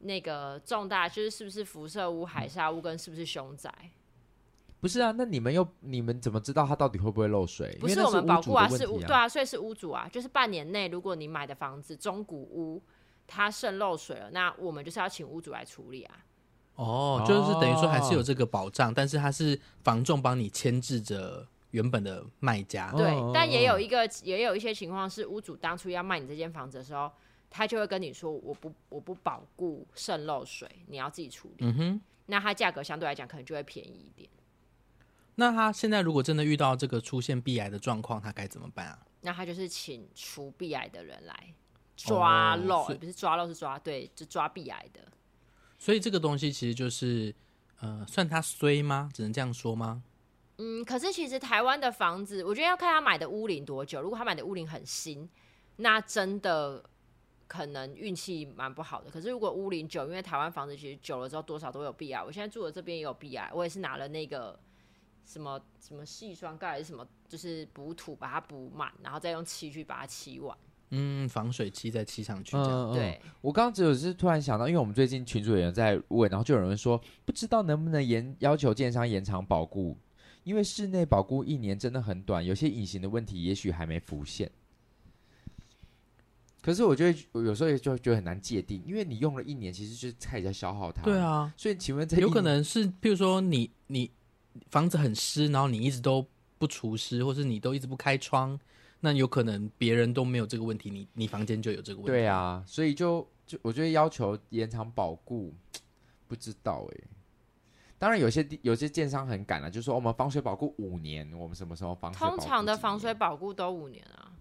那个重大，就是是不是辐射屋、海砂屋跟是不是凶宅，
不是啊，那你们又你们怎么知道它到底会不会漏水？
不
因为
是
那
我们保
屋主
护啊，
的问
是屋
题
对啊，所以是屋主啊，就是半年内如果你买的房子中古屋它渗漏水了，那我们就是要请屋主来处理啊。
哦，就是等于说还是有
哦
这个保障，但是它是房仲帮你牵制着原本的卖家。
哦
对，但也有一个也有一些情况是屋主当初要卖你这间房子的时候，他就会跟你说我不我不保护渗漏水，你要自己处理，
嗯哼，
那它价格相对来讲可能就会便宜一点。
那他现在如果真的遇到这个出现壁癌的状况，他该怎么办啊？
那他就是请除壁癌的人来
哦
抓漏，
所以
不是抓漏是抓对，就抓壁癌的。
所以这个东西其实就是，呃，算他衰吗？只能这样说吗？
嗯，可是其实台湾的房子，我觉得要看他买的屋龄多久。如果他买的屋龄很新，那真的可能运气蛮不好的。可是如果屋龄久，因为台湾房子其实久了之后多少都有壁癌。我现在住的这边也有壁癌，我也是拿了那个什么什么细霜盖还是什么，就是补土把它补满，然后再用漆去把它漆完。
嗯，防水漆再漆上去这样。
嗯，嗯
对，
我刚刚只有是突然想到，因为我们最近群主有人在问，然后就有人说不知道能不能延要求建商延长保固，因为室内保固一年真的很短，有些隐形的问题也许还没浮现。可是我觉得有时候也就就很难界定，因为你用了一年，其实就是开始在消耗它。
对，啊，
所以请问这
有
一
可能是，譬如说你你房子很湿，然后你一直都不除湿，或是你都一直不开窗，那有可能别人都没有这个问题，你你房间就有这个问题。
对，啊，所以就就我觉得要求延长保固，不知道哎、当然有些地有些建商很赶了、啊就说哦我们防水保固五年，我们什么时候防水保固
通常的
几
防
年
水保固都五年啊。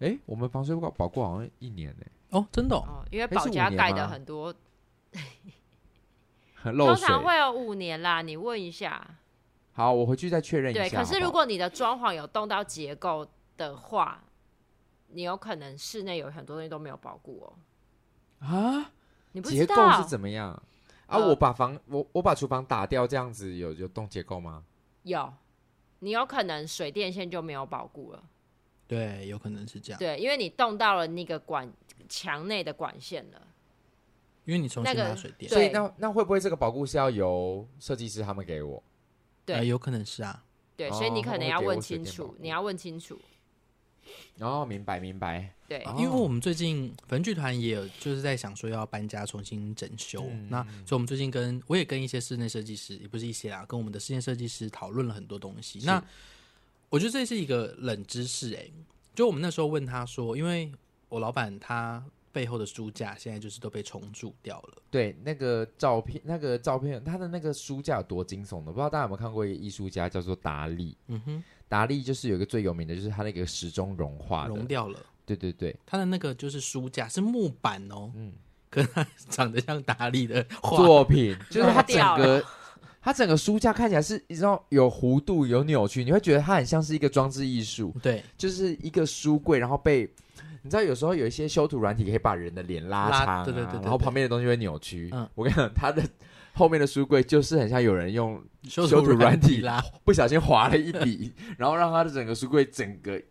哎、我们防水保保固好像一年欸呢、
哦，真的、哦。
哦，因为
诶
保
是五
家
年
盖
吗
的很多，
漏
通
水。
常会有五年啦。你问一下，
好，我回去再确认一下
对。
好
可是
不好
如果你的装潢有动到结构的话，你有可能室内有很多东西都没有保固哦。
啊，
你不
结
知
构
道
是怎么样啊？
呃
我把房我我把厨房打掉，这样子有有动结构吗？
有，你有可能水电线就没有保固了。
对，有可能是这样，
对，因为你动到了那个管墙内的管线了。
因为你重新
那个
拿水电，
对
所以那那会不会这个保固是要由设计师他们给我？
对
呃有可能是啊。
对，
哦
所以你
他
可
们
能
会
要
哦给我
问
水电
清
保
楚
固，
你要问清楚。
哦，明白明白。
对，
哦
因为我们最近粉剧团也有就是在想说要搬家重新整修，
嗯
那所以我们最近跟我也跟一些室内设计师，也不是一些啊，跟我们的室内设计师讨论了很多东西。
是
那我觉得欸这是一个冷知识哎、就我们那时候问他说，因为我老板他背后的书架现在就是都被重组掉了。
对，那个照片，那个照片，他的那个书架有多惊悚的，不知道大家有没有看过一个艺术家叫做达利。
嗯哼，
达利就是有一个最有名的，就是他那个时钟融化
融
的，
掉了。
啊对对对，
它的那个就是书架是木板哦，
嗯，
可是它长得像达利的画，
作品就是他整
融掉
个，他整个书架看起来是，你知道有弧度有扭曲，你会觉得它很像是一个装置艺术，
对，
就是一个书柜，然后被你知道有时候有一些修图软体可以把人的脸拉
拉
长、啊，
对对对对
然后旁边的东西会扭曲。
嗯
我跟你讲，他的 后面的书柜就是很像有人用
修
图软体
啦，
不小心划了一笔， 然后让他的整个书柜整个，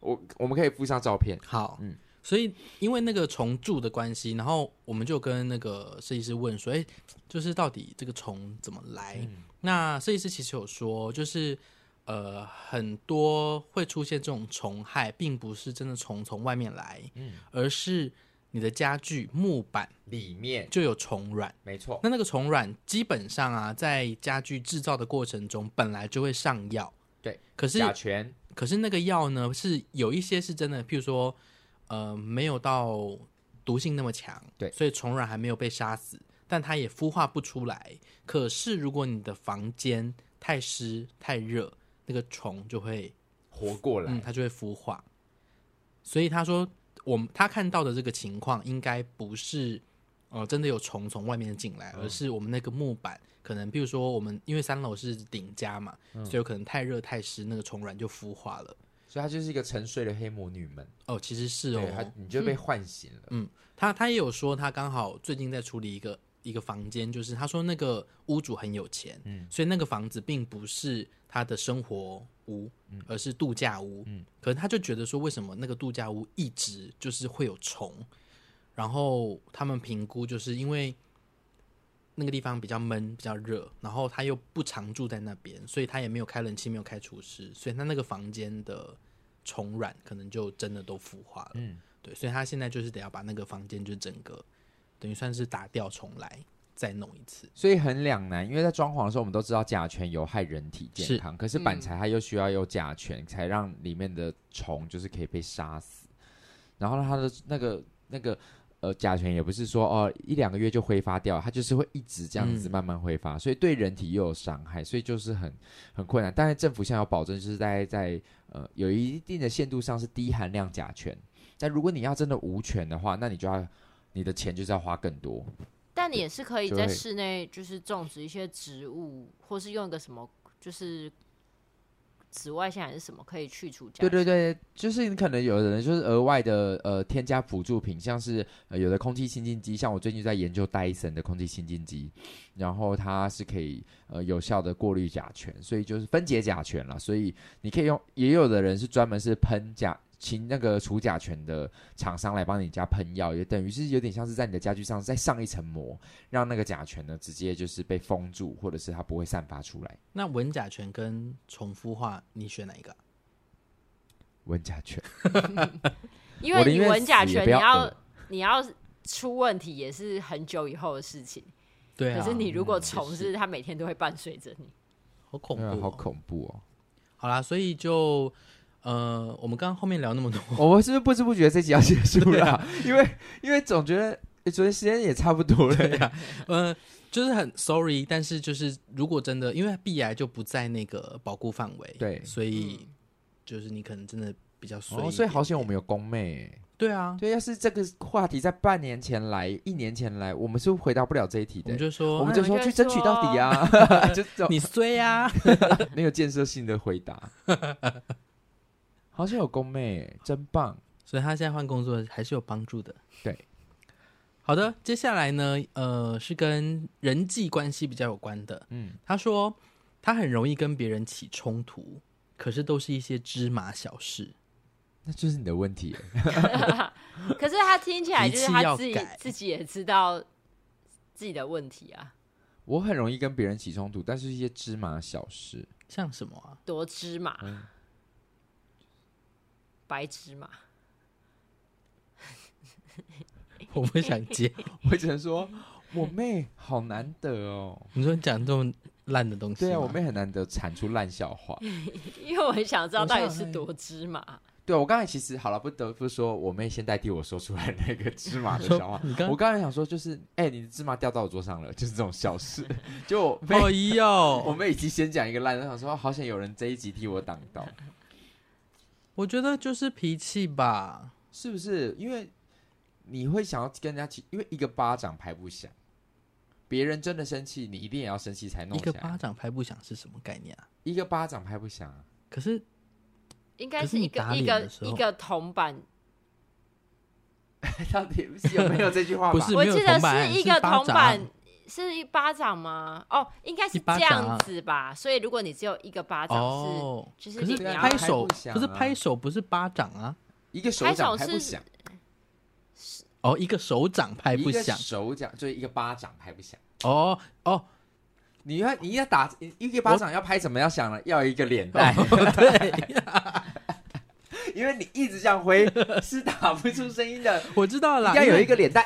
我我们可以附上照片。
好，
嗯
所以因为那个重铸的关系，然后我们就跟那个设计师问说，哎、就是到底这个虫怎么来？
嗯
那设计师其实有说，就是呃，很多会出现这种虫害，并不是真的虫从外面来，
嗯
而是你的家具木板
里面
就有虫卵。
没错，
那那个虫卵基本上啊，在家具制造的过程中本来就会上药，
对，
可是
甲醛
可是那个药呢，是有一些是真的，譬如说，呃，没有到毒性那么强，
对
所以虫卵还没有被杀死，但它也孵化不出来。可是如果你的房间太湿太热，那个虫就会，
活过来。
嗯，它就会孵化。所以他说，我们他看到的这个情况应该不是，呃，真的有虫从外面进
嗯
来，而是我们那个木板可能，譬如说我们因为三楼是顶家嘛，
嗯
所以有可能太热太湿，那个虫卵就孵化了。
所以她就是一个沉睡的黑魔女们，
哦，其实是
对，她
哦，
你就被唤醒了。
他他也有说，他刚好最近在处理一个一个房间，就是他说那个屋主很有钱，
嗯
所以那个房子并不是他的生活屋，而是度假屋，
嗯
可是他就觉得说，为什么那个度假屋一直就是会有虫？然后他们评估，就是因为那个地方比较闷、比较热，然后他又不常住在那边，所以他也没有开冷气，没有开除湿，所以他那个房间的虫卵可能就真的都孵化了。
嗯，
对，所以他现在就是得要把那个房间就整个等于算是打掉重来，再弄一次。
所以很两难，因为在装潢的时候，我们都知道甲醛有害人体健康，可是板材它又需要有甲醛，才让里面的虫就是可以被杀死。然后它的那个那个呃甲醛也不是说哦一两个月就挥发掉，它就是会一直这样子
嗯
慢慢挥发，所以对人体又有伤害，所以就是很很困难。但是政府现在有保证，就是大概在呃有一定的限度上是低含量甲醛，但如果你要真的无权的话，那你就要你的钱就是要花更多。
但你也是可以
就
在
会
室内就是种植一些植物，或是用一个什么就是紫外线还是什么可以去除甲
对
醛。
对对，就是你可能有的人就是额外的呃添加辅助品，像是、呃、有的空气清净机，像我最近在研究戴森的空气清净机，然后它是可以呃有效的过滤甲醛，所以就是分解甲醛啦，所以你可以用，也有的人是专门是喷甲。请那个除甲醛的厂商来帮你家喷药，也等于是有点像是在你的家具上再上一层膜，让那个甲醛呢直接就是被封住，或者是它不会散发出来。
那文甲醛跟重孵化，你选哪一个啊？
闻甲醛，
因
我
为
宁
你
愿
闻甲
死也不
醛，你
要
要
恶
你要出问题也是很久以后的事情。
对
可
啊，
是你如果
嗯也
虫
是
是它每天都会伴随着你。
好恐怖、
对啊
哦，
好恐怖哦！
好啦，所以就呃，我们刚刚后面聊那 么多，
我们是不是不知不觉这集要结束了啊、因为因为总觉得诶昨天时间也差不多了呀、
呃，就是很 sorry，但是就是如果真的，因为必癌就不在那个保护范围，
对
所以就是你可能真的比较衰一点、
哦，所以好险我们有公妹欸。
对啊，
对，要是这个话题在半年前来、一年前来，我们是回答不了这一题
我
的
们
欸。
就说
我们
哎
就
我
说
就
去争取到底啊， 就这种
你衰啊，
没有建设性的回答。好像有公妹欸，真棒！
所以他现在换工作还是有帮助的。
对，
好的，接下来呢，呃，是跟人际关系比较有关的。
嗯，
他说他很容易跟别人起冲突，可是都是一些芝麻小事。
那就是你的问题欸。
嗯可是他听起来就是
脾气要
他自己
改
自己也知道自己的问题啊，
我很容易跟别人起冲突，但是一些芝麻小事，
像什 么啊？
多芝麻，
嗯
白芝麻。
我不想接。
我只能 说，我妹好难得哦。
你说你讲这么烂的
啊
东西？嗯
对啊，我妹。很难得产出烂笑话。
因为我很想知道
我
到底
想
是
哎
多芝麻，啊
对我刚才其实好了，不得不说，我妹先代替我说出来那个芝麻
。
的笑话
你刚
啊我刚才想说，就是哎、你的芝麻掉到我桌上了，就是这种小 事。就我妹，
哦 咦
我
哦，
妹已经先讲一个烂的，想说好想有人这一集替我挡到，
我觉得就是脾气吧。
是不是？因为你会想要跟人家起，因为一个巴掌拍不响，别人真的生气，你一定也要生气才弄
一
起来。
个巴掌拍不响是什么概念啊？
一个巴掌拍不响、啊，
可是
应该
可是
是一
你
个
打
一
脸
个
的时候
一个铜板，
到底有没有这句话吧？
不是
我
没有
记得
铜板
一
是
个
巴
铜
掌
板是一巴掌吗？哦，应该是
一巴
这
掌
样
啊
子吧。所以如果你只有一个巴掌是，
哦，
就是
可是
你要
拍手
拍不响啊
可是拍手不是巴掌啊？
一个手掌
拍手
拍
是
不响，
哦，一个手掌拍不
一个
响。
手掌就是一个巴掌拍不响。
哦 哦，
你要你要打一个巴掌要拍什么要想
哦
了，要有一个脸蛋，
对，
因为你一直这样挥是打不出声音 的，
我知道了
应
啦。
该
因
有
为
一个脸蛋。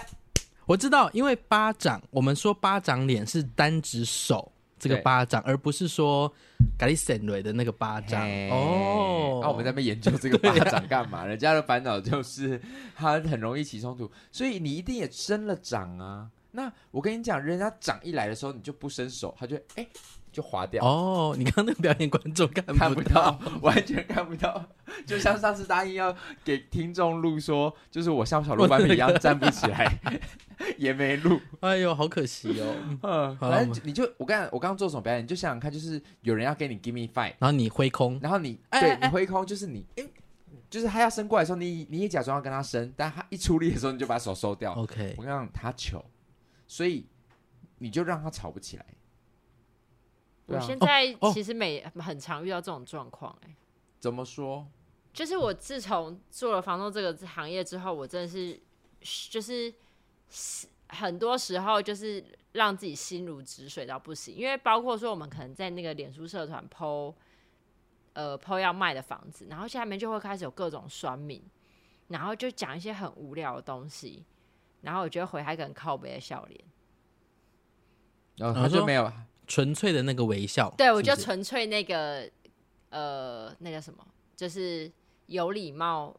我知道，因为巴掌，我们说巴掌脸是单指手这个
对
巴掌，而不是说咖喱森瑞的那个巴掌。哦，
啊那我们在那边研究这个巴掌干嘛？人家的烦恼就是他很容易起冲突，所以你一定也伸了掌啊。那我跟你讲，人家掌一来的时候，你就不伸手，他就哎就滑掉。
哦，你刚刚那个表演观众看
看
不
不到， 完全看不到。就像上次答应要给听众录说，就是我像小鹿斑比一样站不起来， 也没 录。
哎呦，好可惜 哦。
嗯，
好了
反正你就我刚才我刚刚做什么表演，你就想想看，就是有人要给你 give me five，
然后你挥空，
然后你
哎
对
哎
你挥空，就是你，就是他要伸过来的时候，你你也假装要跟他伸，但他一出力的时候，你就把手收掉。
OK，
我跟你讲，他球，所以你就让他吵不起来。对
我
啊，
现在
哦
其实每很常遇到这种状况，哎，
怎么说？
就是我自从做了房东这个行业之后，我真的是就是很多时候就是让自己心如止水到不行，因为包括说我们可能在那个脸书社团 PO 呃 PO 要卖的房子，然后下面就会开始有各种酸民，然后就讲一些很无聊的东西，然后我就会回他一个很靠北的笑脸，
然后哦
我
他就
啊说
没有，
纯粹的那个微笑。
对我
是
就
不是
纯粹那个呃那叫什么，就是有礼貌。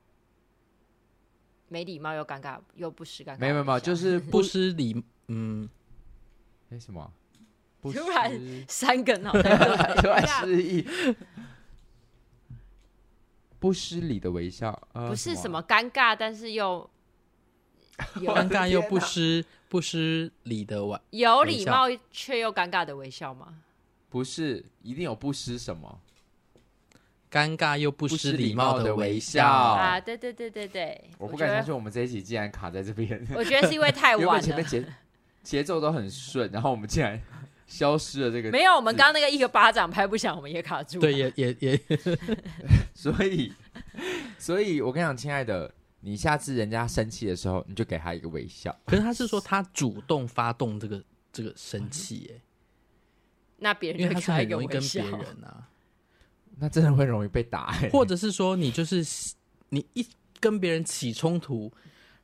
没礼貌又尴尬又不失尴尬，。
没有没有没有，就是是不
不失礼，嗯，
哎、什么啊？不
突然
失
三个脑袋，
突然 失忆，不失礼的微笑，呃、
不是什么尴尬，但是 又有
我的
尴尬又
哦天
不
哪
失不失礼的玩。
有礼貌却又尴尬的微笑吗？
啊，不是，一定有不失什么。
尴尬又不
不失
失
礼
礼貌
貌
的
的微
微
笑
笑。
啊，对对对对对，
哦我不
觉
敢
得
相信我们这一集竟然卡在这边，
我觉得是因为太
原
晚
本前
了
面。 节节奏都很顺，然后我们竟然消失了这个，
没有，我们刚刚那个一个巴掌拍不响，我们也卡住。
对，，也也也
所以， 所以我跟你讲，亲爱的，你下次人家生气的时候，你就给他一个微笑。
可是他是说他主动发动这个这个生气耶，
那别人
因为
就
他是
会嗯开一
很
个
容易
微
跟
笑
别。人啊，
那真的会容易被打、欸，
或者是说你就是你一跟别人起冲突，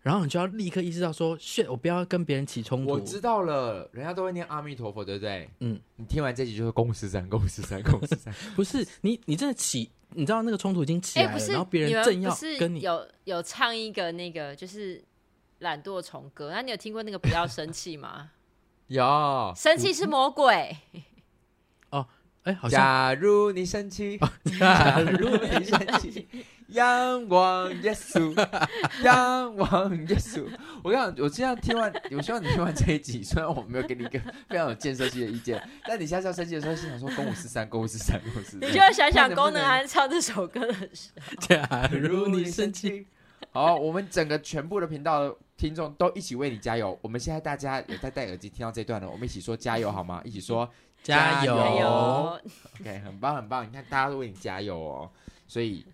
然后你就要立刻意识到说，shit，我不要跟别人起冲
我
突。
知道了，人家都会念阿弥陀佛，对不对？
嗯，
你听完这集就是公十三，公十三，公十 三。
不是你，你真的起，你知道那个冲突已经起
哎，
来
不
了，
是，
然后别
你
人
们
正
不
要
是
跟你，
有有唱一个那个就是懒惰虫歌，那你有听过那个不要生气吗？
有，
生气是魔鬼。
哎，好像
假如你生 气，假如你生气，仰望耶稣，仰望耶 稣。我跟你讲，我这样听完，我希望你听完这一集，虽然我没有给你一个非常有建设性的意见，但你下次要生气的时候，心想说公五四三，公五四三，公五四
你
三。
就要想想
看能不
功能
能
安唱这首歌的时候，
假
假
如你生气，。
好，我们整个全部的频道的听众都一起为你加油。我们现在大家有在戴耳机听到这段了，我们一起说加油好吗？ 一起说
加油
有
哎
加油
呦，
OK，很棒很棒，你看大家都为你加油哦，所以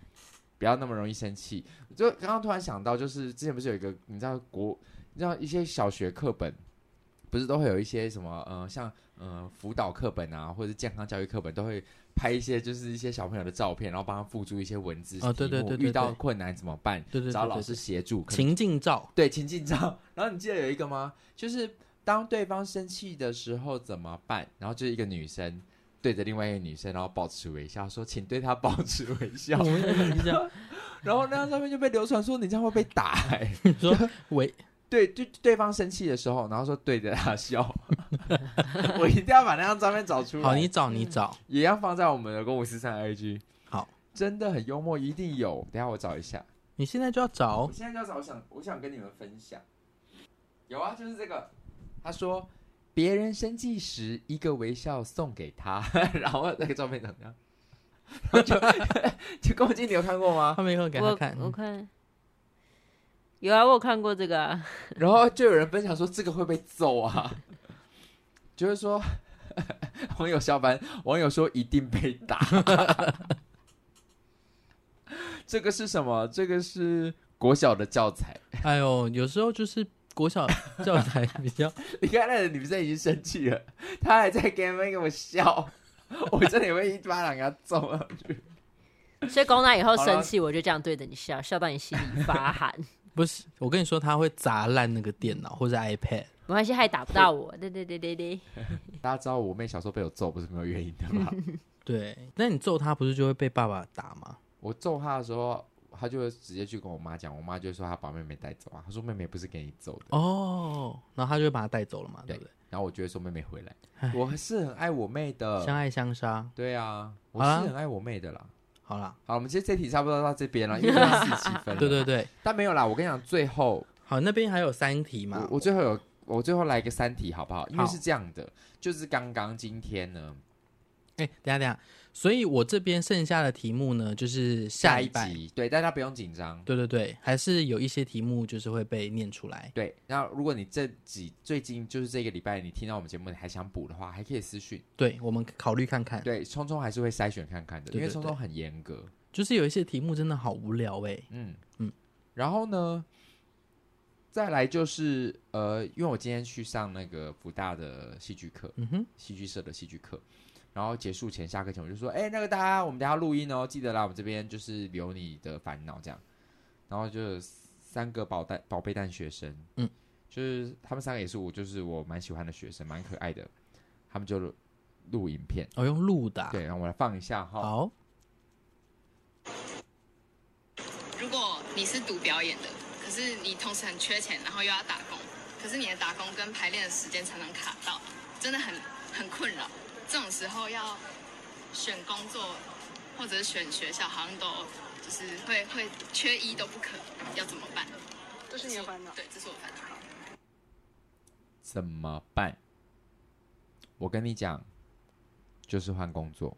不要那么容易生气。就刚刚突然想到，就是之前不是有一个你知道国，你知道一些小学课本，不是都会有一些什么呃，像呃辅导课本啊，或者是健康教育课本，都会拍一些就是一些小朋友的照片，然后帮他附注一些文字
哦对
题目
对对对
遇到
对
困难怎么办？
对对对
找
对
老师
对，
协助，可能
情境照，
对情境照。然后你记得有一个吗？就是当对方生气的时候怎么办？然后就是一个女生，对着另外一个女生，然后保持微笑，说请对她保持微笑
我。们是这样，
然后那张照片就被流传说你这样会被打、欸，
你说喂，
对，就对方生气的时候，然后说对着她笑。 我一定要把那张照片找出来。
好，你找你找，
也要放在我们的公五四三 IG。
好，
真的很幽默，一定有。等一下我找一下。
你现在就要找
我，现在就要找，我想我想跟你们分享。有啊，就是这个。他说别人生气时，一个微笑送给他， 然后那个照片怎么样？然后就 就宫崎，你有看过吗？
他没有给他
我
看，
我看有啊，我有看过这个、啊，
然后就有人分享说这个会被揍啊，就是说 网友下班，网友说一定被打。 这个是什么？这个是国小的教材。
哎呦，有时候就是国小教材比较，
你看那个女生已经生气了，她还在给面给我 笑，我真的也会一巴掌给她揍了。
所以公奶以后
好
生
了
气，我就这样对着你笑，笑到你心里发寒。
不是，我跟你说他会砸烂那个电脑或者 iPad，
没关系，还打不到我。对对对对对，
大家知道我妹小时候被我揍不是没有原因的 吗？
对，那你揍他不是就会被爸爸打吗？
我揍她的时候，她就会直接去跟我妈讲，我妈就说她把妹妹带走啊，她说妹妹不是给你揍的。
哦，然后他就会把他带走了嘛，对不对？
然后我就会说妹妹回来
唉，
我是很爱我妹
相
的，
爱相杀，
对啊，我
好啦
是很爱我妹的啦。
好啦，
好，我们其实这题差不多到这边 了，因为四十七分了。
对对，对，
但没有啦，我跟你讲，最后
好，那边还有三题嘛
我，我最后有我最后来一个三题好不好？因为
好
是这样的，就是刚刚今天呢，
哎、等一下等一下，所以我这边剩下的题目呢，就是下
下
一
一
拜，
集，对大家不用紧张。
对对对，还是有一些题目就是会被念出来。
对，那如果你这几最近就是这个礼拜你听到我们节目，你还想补的话，还可以私讯。
对，我们考虑看看。
对，聪聪还是会筛选看看的，
对
因为
对
聪
对
聪很严格。
就是有一些题目真的好无聊哎、
嗯
嗯
嗯，然后呢，再来就是呃，因为我今天去上那个福大的戏剧课，
嗯哼，
戏剧社的戏剧课，然后结束前下课前我就说，哎、那个大家我们等一下录音哦，记得来我们这边就是留你的烦恼这样，然后就有三个宝蛋宝贝蛋学生，
嗯
嗯，就是他们三个也是我就是我蛮喜欢的学生，蛮可爱的，他们就录录影片，
我、用录的啊、
对，然后我来放一下哈，
好，
如果你是读表演的，可是你同时很缺钱，然后又要打工，可是你的打工跟排练的时间常常卡到，真的很很困扰。这种时候要选工作或者是选学校，好像都就是会会缺一都不可，要怎么办？
这是你的烦恼。
对，这是我烦恼。
怎么办？我跟你讲，就是换工作。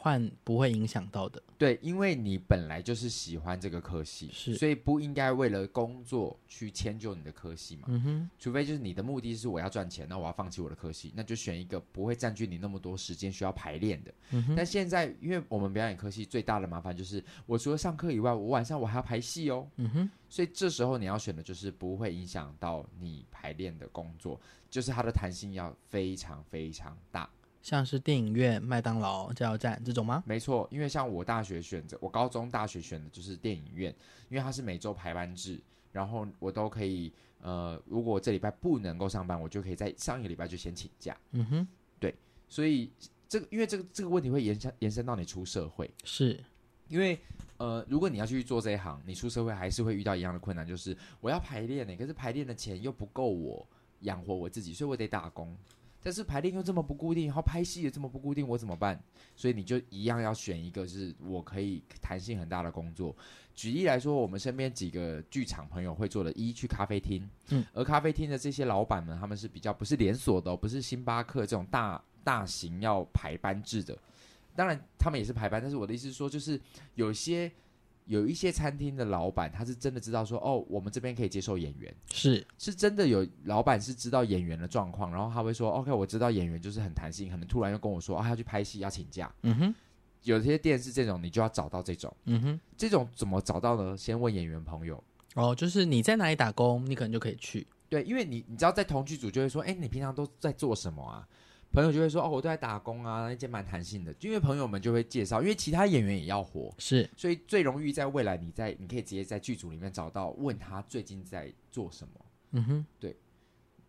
换不会影响到的。
对，因为你本来就是喜欢这个科系，
是
所以不应该为了工作去迁就你的科系嘛。
嗯哼，
除非就是你的目的是我要赚钱，那我要放弃我的科系，那就选一个不会占据你那么多时间需要排练的。
嗯哼，
但现在，因为我们表演科系最大的麻烦就是，我除了上课以外，我晚上我还要排戏哦。
嗯哼，
所以这时候你要选的就是不会影响到你排练的工作，就是它的弹性要非常非常大。
像是电影院、麦当劳、加油站这种吗？
没错，因为像我大学选择，我高中、大学选的就是电影院，因为它是每周排班制，然后我都可以，呃，如果我这礼拜不能够上班，我就可以在上一个礼拜就先请假。
嗯哼，
所以这个，因为这个这个问题会延伸延伸到你出社会，
是，
因为呃，如果你要去做这一行，你出社会还是会遇到一样的困难，就是我要排练呢、可是排练的钱又不够我养活我自己，所以我得打工。但是排练又这么不固定，然后拍戏也这么不固定，我怎么办？所以你就一样要选一个是我可以弹性很大的工作。举例来说，我们身边几个剧场朋友会做的，一去咖啡厅，
嗯，
而咖啡厅的这些老板们，他们是比较不是连锁的、哦，不是星巴克这种大大型要排班制的。当然，他们也是排班，但是我的意思是说，就是有些有一些餐厅的老板，他是真的知道说，哦，我们这边可以接受演员，
是，
是真的有老板是知道演员的状况，然后他会说，OK，我哦知道演员就是很弹性，可能突然又跟我说，啊，他要去拍戏要请假。
嗯哼，
有些店是这种，你就要找到这种，
嗯哼。
这种怎么找到呢？先问演员朋友。
哦，就是你在哪里打工，你可能就可以去。
对，因为你你知道在同剧组就会说，哎，你平常都在做什么啊？朋友就会说，哦，我都在打工啊，那间蛮弹性的。因为朋友们就会介绍，因为其他演员也要活，
是，
所以最容易在未来，你在你可以直接在剧组里面找到，问他最近在做什么。
嗯哼，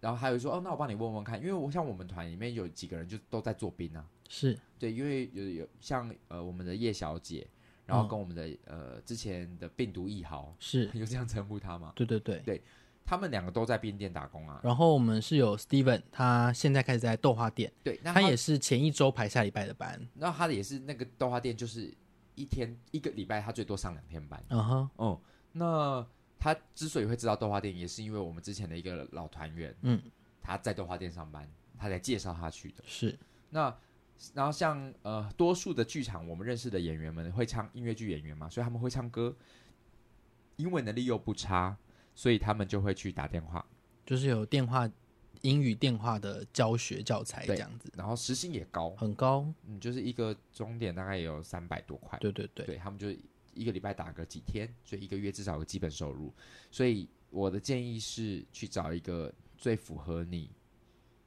然后还有说哦，那我帮你问问看，因为我像我们团里面有几个人就都在做兵啊，
是
对，因为有有像呃我们的叶小姐，然后
嗯
跟我们的、呃之前的病毒一豪，
是，
有这样称呼他吗？
对对对。
他们两个都在便利店打工啊。
然后我们是有 Steven，他现在开始在豆花店，
对，那
他也是前一周排下礼拜的班。
那他也是那个豆花店，就是一天一个礼拜他最多上两天班。
嗯哼，
哦、那他之所以会知道豆花店，也是因为我们之前的一个老团员，
嗯，
他在豆花店上班，他才介绍他去的。
是
那然后像呃，多数的剧场我们认识的演员们会唱音乐剧演员嘛，所以他们会唱歌，英文能力又不差，所以他们就会去打电话，
就是有电话英语电话的教学教材这
对
样子，
然后时薪也高，
很高。
嗯，就是一个钟点大概也有三百多块，
对对对，
对他们就一个礼拜打个几天，所以一个月至少有个基本收入。所以我的建议是去找一个最符合你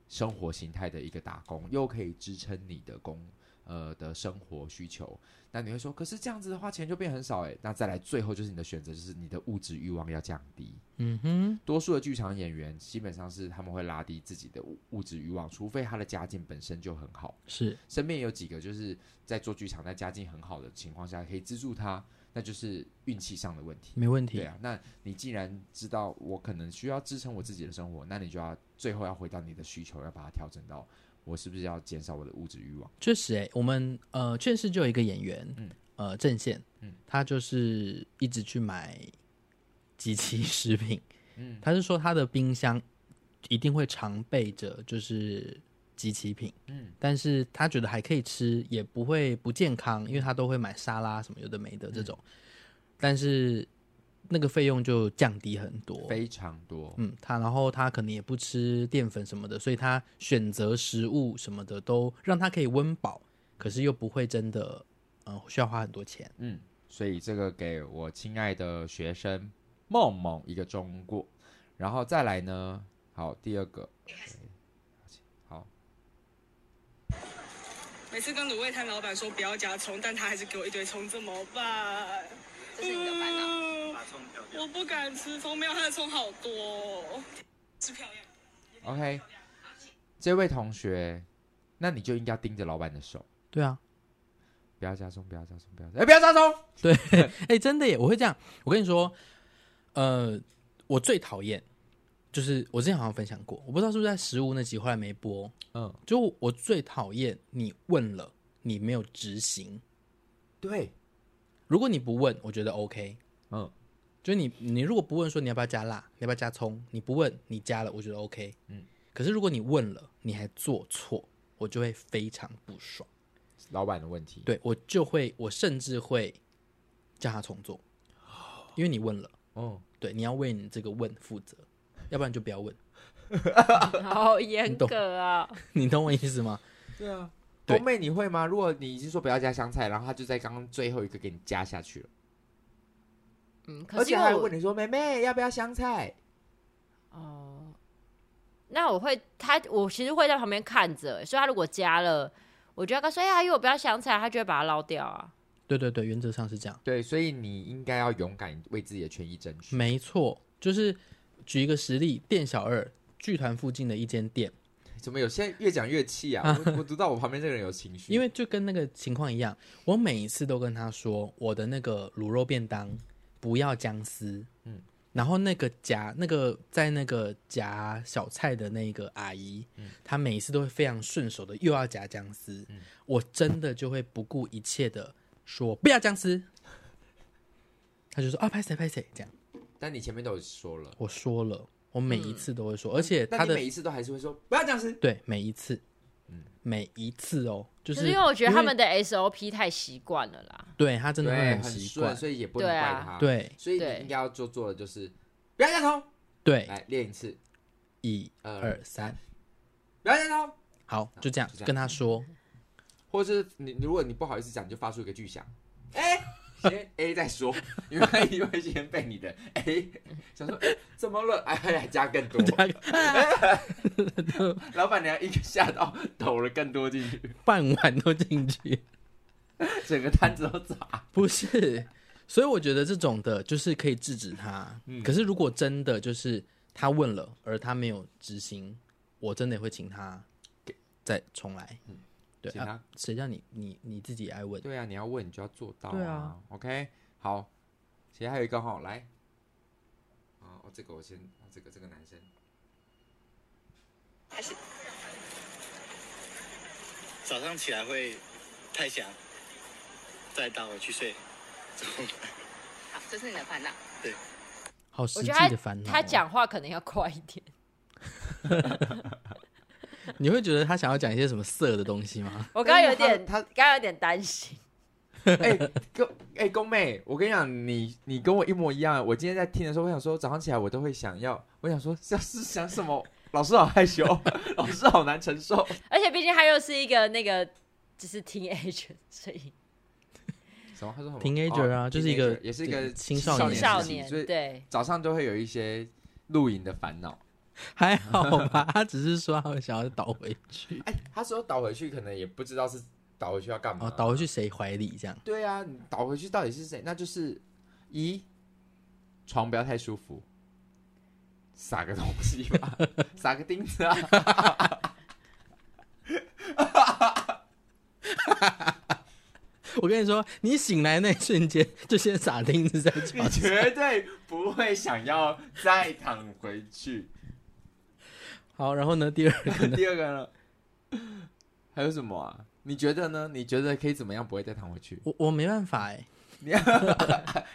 生活形态的一个打工，又可以支撑你的工呃的生活需求。那你会说，可是这样子的话钱就变很少诶。欸那再来最后就是你的选择，就是你的物质欲望要降低。
嗯哼，
多数的剧场演员基本上是他们会拉低自己的物物质欲望，除非他的家境本身就很好。
是
身边有几个就是在做剧场，在家境很好的情况下可以资助他，那就是运气上的问题。
没问
对
题。
啊，那你既然知道我可能需要支撑我自己的生活，那你就要最后要回到你的需求，要把它调整到我是不是要减少我的物质欲望？
确实、欸，我们呃，确实就有一个演员，
嗯
呃，郑宪，
嗯
他就是一直去买即期食品，
嗯，
他是说他的冰箱一定会常备着就是即期品，
嗯，
但是他觉得还可以吃，也不会不健康，因为他都会买沙拉什么有的没的
嗯
这种，但是那个费用就降低很多，
非常多。
嗯，他然后他可能也不吃淀粉什么的，所以他选择食物什么的都让他可以温饱，可是又不会真的嗯、呃需要花很多钱。
嗯，所以这个给我亲爱的学生梦梦一个忠告，然后再来呢，好，第二个，哎好，
每次跟卤味摊老板说不要加葱，但他还是给我一堆葱，怎么办？
这是你的烦恼。
嗯我不敢吃葱，没有他的葱好多哦、吃漂亮。
OK，这位同学，那你就应该盯着老板的手，
对啊，
不要加葱，不要加葱，不要加，哎，不要加葱。
哎、真的耶，我会这样。我跟你说，呃，我最讨厌就是我之前好像分享过，我不知道是不是在食物那集后来没播，
嗯，
就我最讨厌你问了你没有执行。
对，
如果你不问，我觉得 OK，
嗯
就是你，你如果不问说你要不要加辣，你要不要加葱，你不问你加了，我觉得 OK。
嗯
嗯，可是如果你问了，你还做错，我就会非常不爽。
老板的问题，，
对我就会，我甚至会叫他重做，因为你问了，
嗯，
对，你要为你这个问负责，要不然就不要问，
好严格啊！
你懂我意思吗？
对啊。
对
冬妹，你会吗？如果你已经说不要加香菜，然后他就在刚刚最后一个给你加下去了，
嗯，可
而
是因
且
为
还
我
问你说：“妹妹要不要香菜
哦，那我会他我其实会在旁边看着，所以他如果加了，我就要跟他说：“哎呀，因为我不要香菜，他就会把它捞掉啊。
对对对，原则上是这样，？”
对，所以你应该要勇敢为自己的权益争取。
没错。就是举一个实例，店小二剧团附近的一间店，
怎么有些越讲越气 啊？我我读到我旁边这个人有情绪，
因为就跟那个情况一样，我每一次都跟他说我的那个卤肉便当不要姜丝，
嗯
嗯，然后那个夹那个在那个夹小菜的那个阿姨，
嗯
她每一次都会非常顺手的又要夹姜丝，我真的就会不顾一切的说不要姜丝，他就说啊拍谁拍谁这样，
但你前面都有说了，
我说了，我每一次都会说，而且
但
他
你
的
每一次都还是会说不要讲是
对每一次，
嗯
每一次哦，就
就是是因为我觉得他
因为
们的 SOP 太习惯了啦。
对他真的会
对，很
习
顺，
惯，
所以也不能怪
对啊
他。，
对
所以
对
你应该要做做的就是不要加葱，
对，
来练一次，
一
呃
二三，
不要加葱，
好，就这样
就这样
跟 他说，
或者是你你如果你不好意思讲，你就发出一个巨响，哎、先 A 再说，因为 他一定会先被你的 A 想说、哎怎么了， 哎哎，加更多，
加个
老板娘一个吓到抖了更多进去，
半碗都 进去，
整个摊子都砸。
不
嗯
是，所以我觉得这种的，就是可以制止他。可是如果真的就是他问了，而他没有执行，我真的也会请他再重来。对
嗯请
啊
他，
谁叫你你你自己爱问？
对啊，你要问你就要做到、
对
啊
啊。
OK，好，其实还有一个哈，来，啊、哦，这个我先，这个这个男生，
早上起来会太想再打回去睡， 怎么办？
好，这是你的烦恼。
好实
我
际
觉得
的
他
烦恼、啊
他，讲话可能要快一点，
你会觉得他想要讲一些什么色的东西吗？
我刚刚有点，
他
他刚刚有点担心。
哎、公哎、公妹，我跟你讲，你你跟我一模一样。我今天在听的时候，我想说，早上起来我都会想要，我想说这是 想什么？老师好害羞， 老师好难承受。
而且毕竟他又是一个那个就是 teenager，所以
什么？他说什么
Teenager 啊
哦
就是一个
teenager，也是一个
对青少
年
年
时期，
时
少年
所以
对
早上都会有一些露营的烦恼。
还好吧，他只是说他想要倒回去，
哎，他说倒回去，可能也不知道是倒回去要干嘛。
哦，倒回去谁怀里这样？
对啊，你倒回去到底是谁？那就是一床不要太舒服，撒个东西吧， 撒个钉子啊。
我跟你说，你醒来那一瞬间就先撒钉子在
你
床上，
绝对不会想要再躺回 去。
好，然后呢，第二个呢？
第二个呢？还有什么啊？你觉得呢？你觉得可以怎么样不会再躺回去？
我我没办法哎、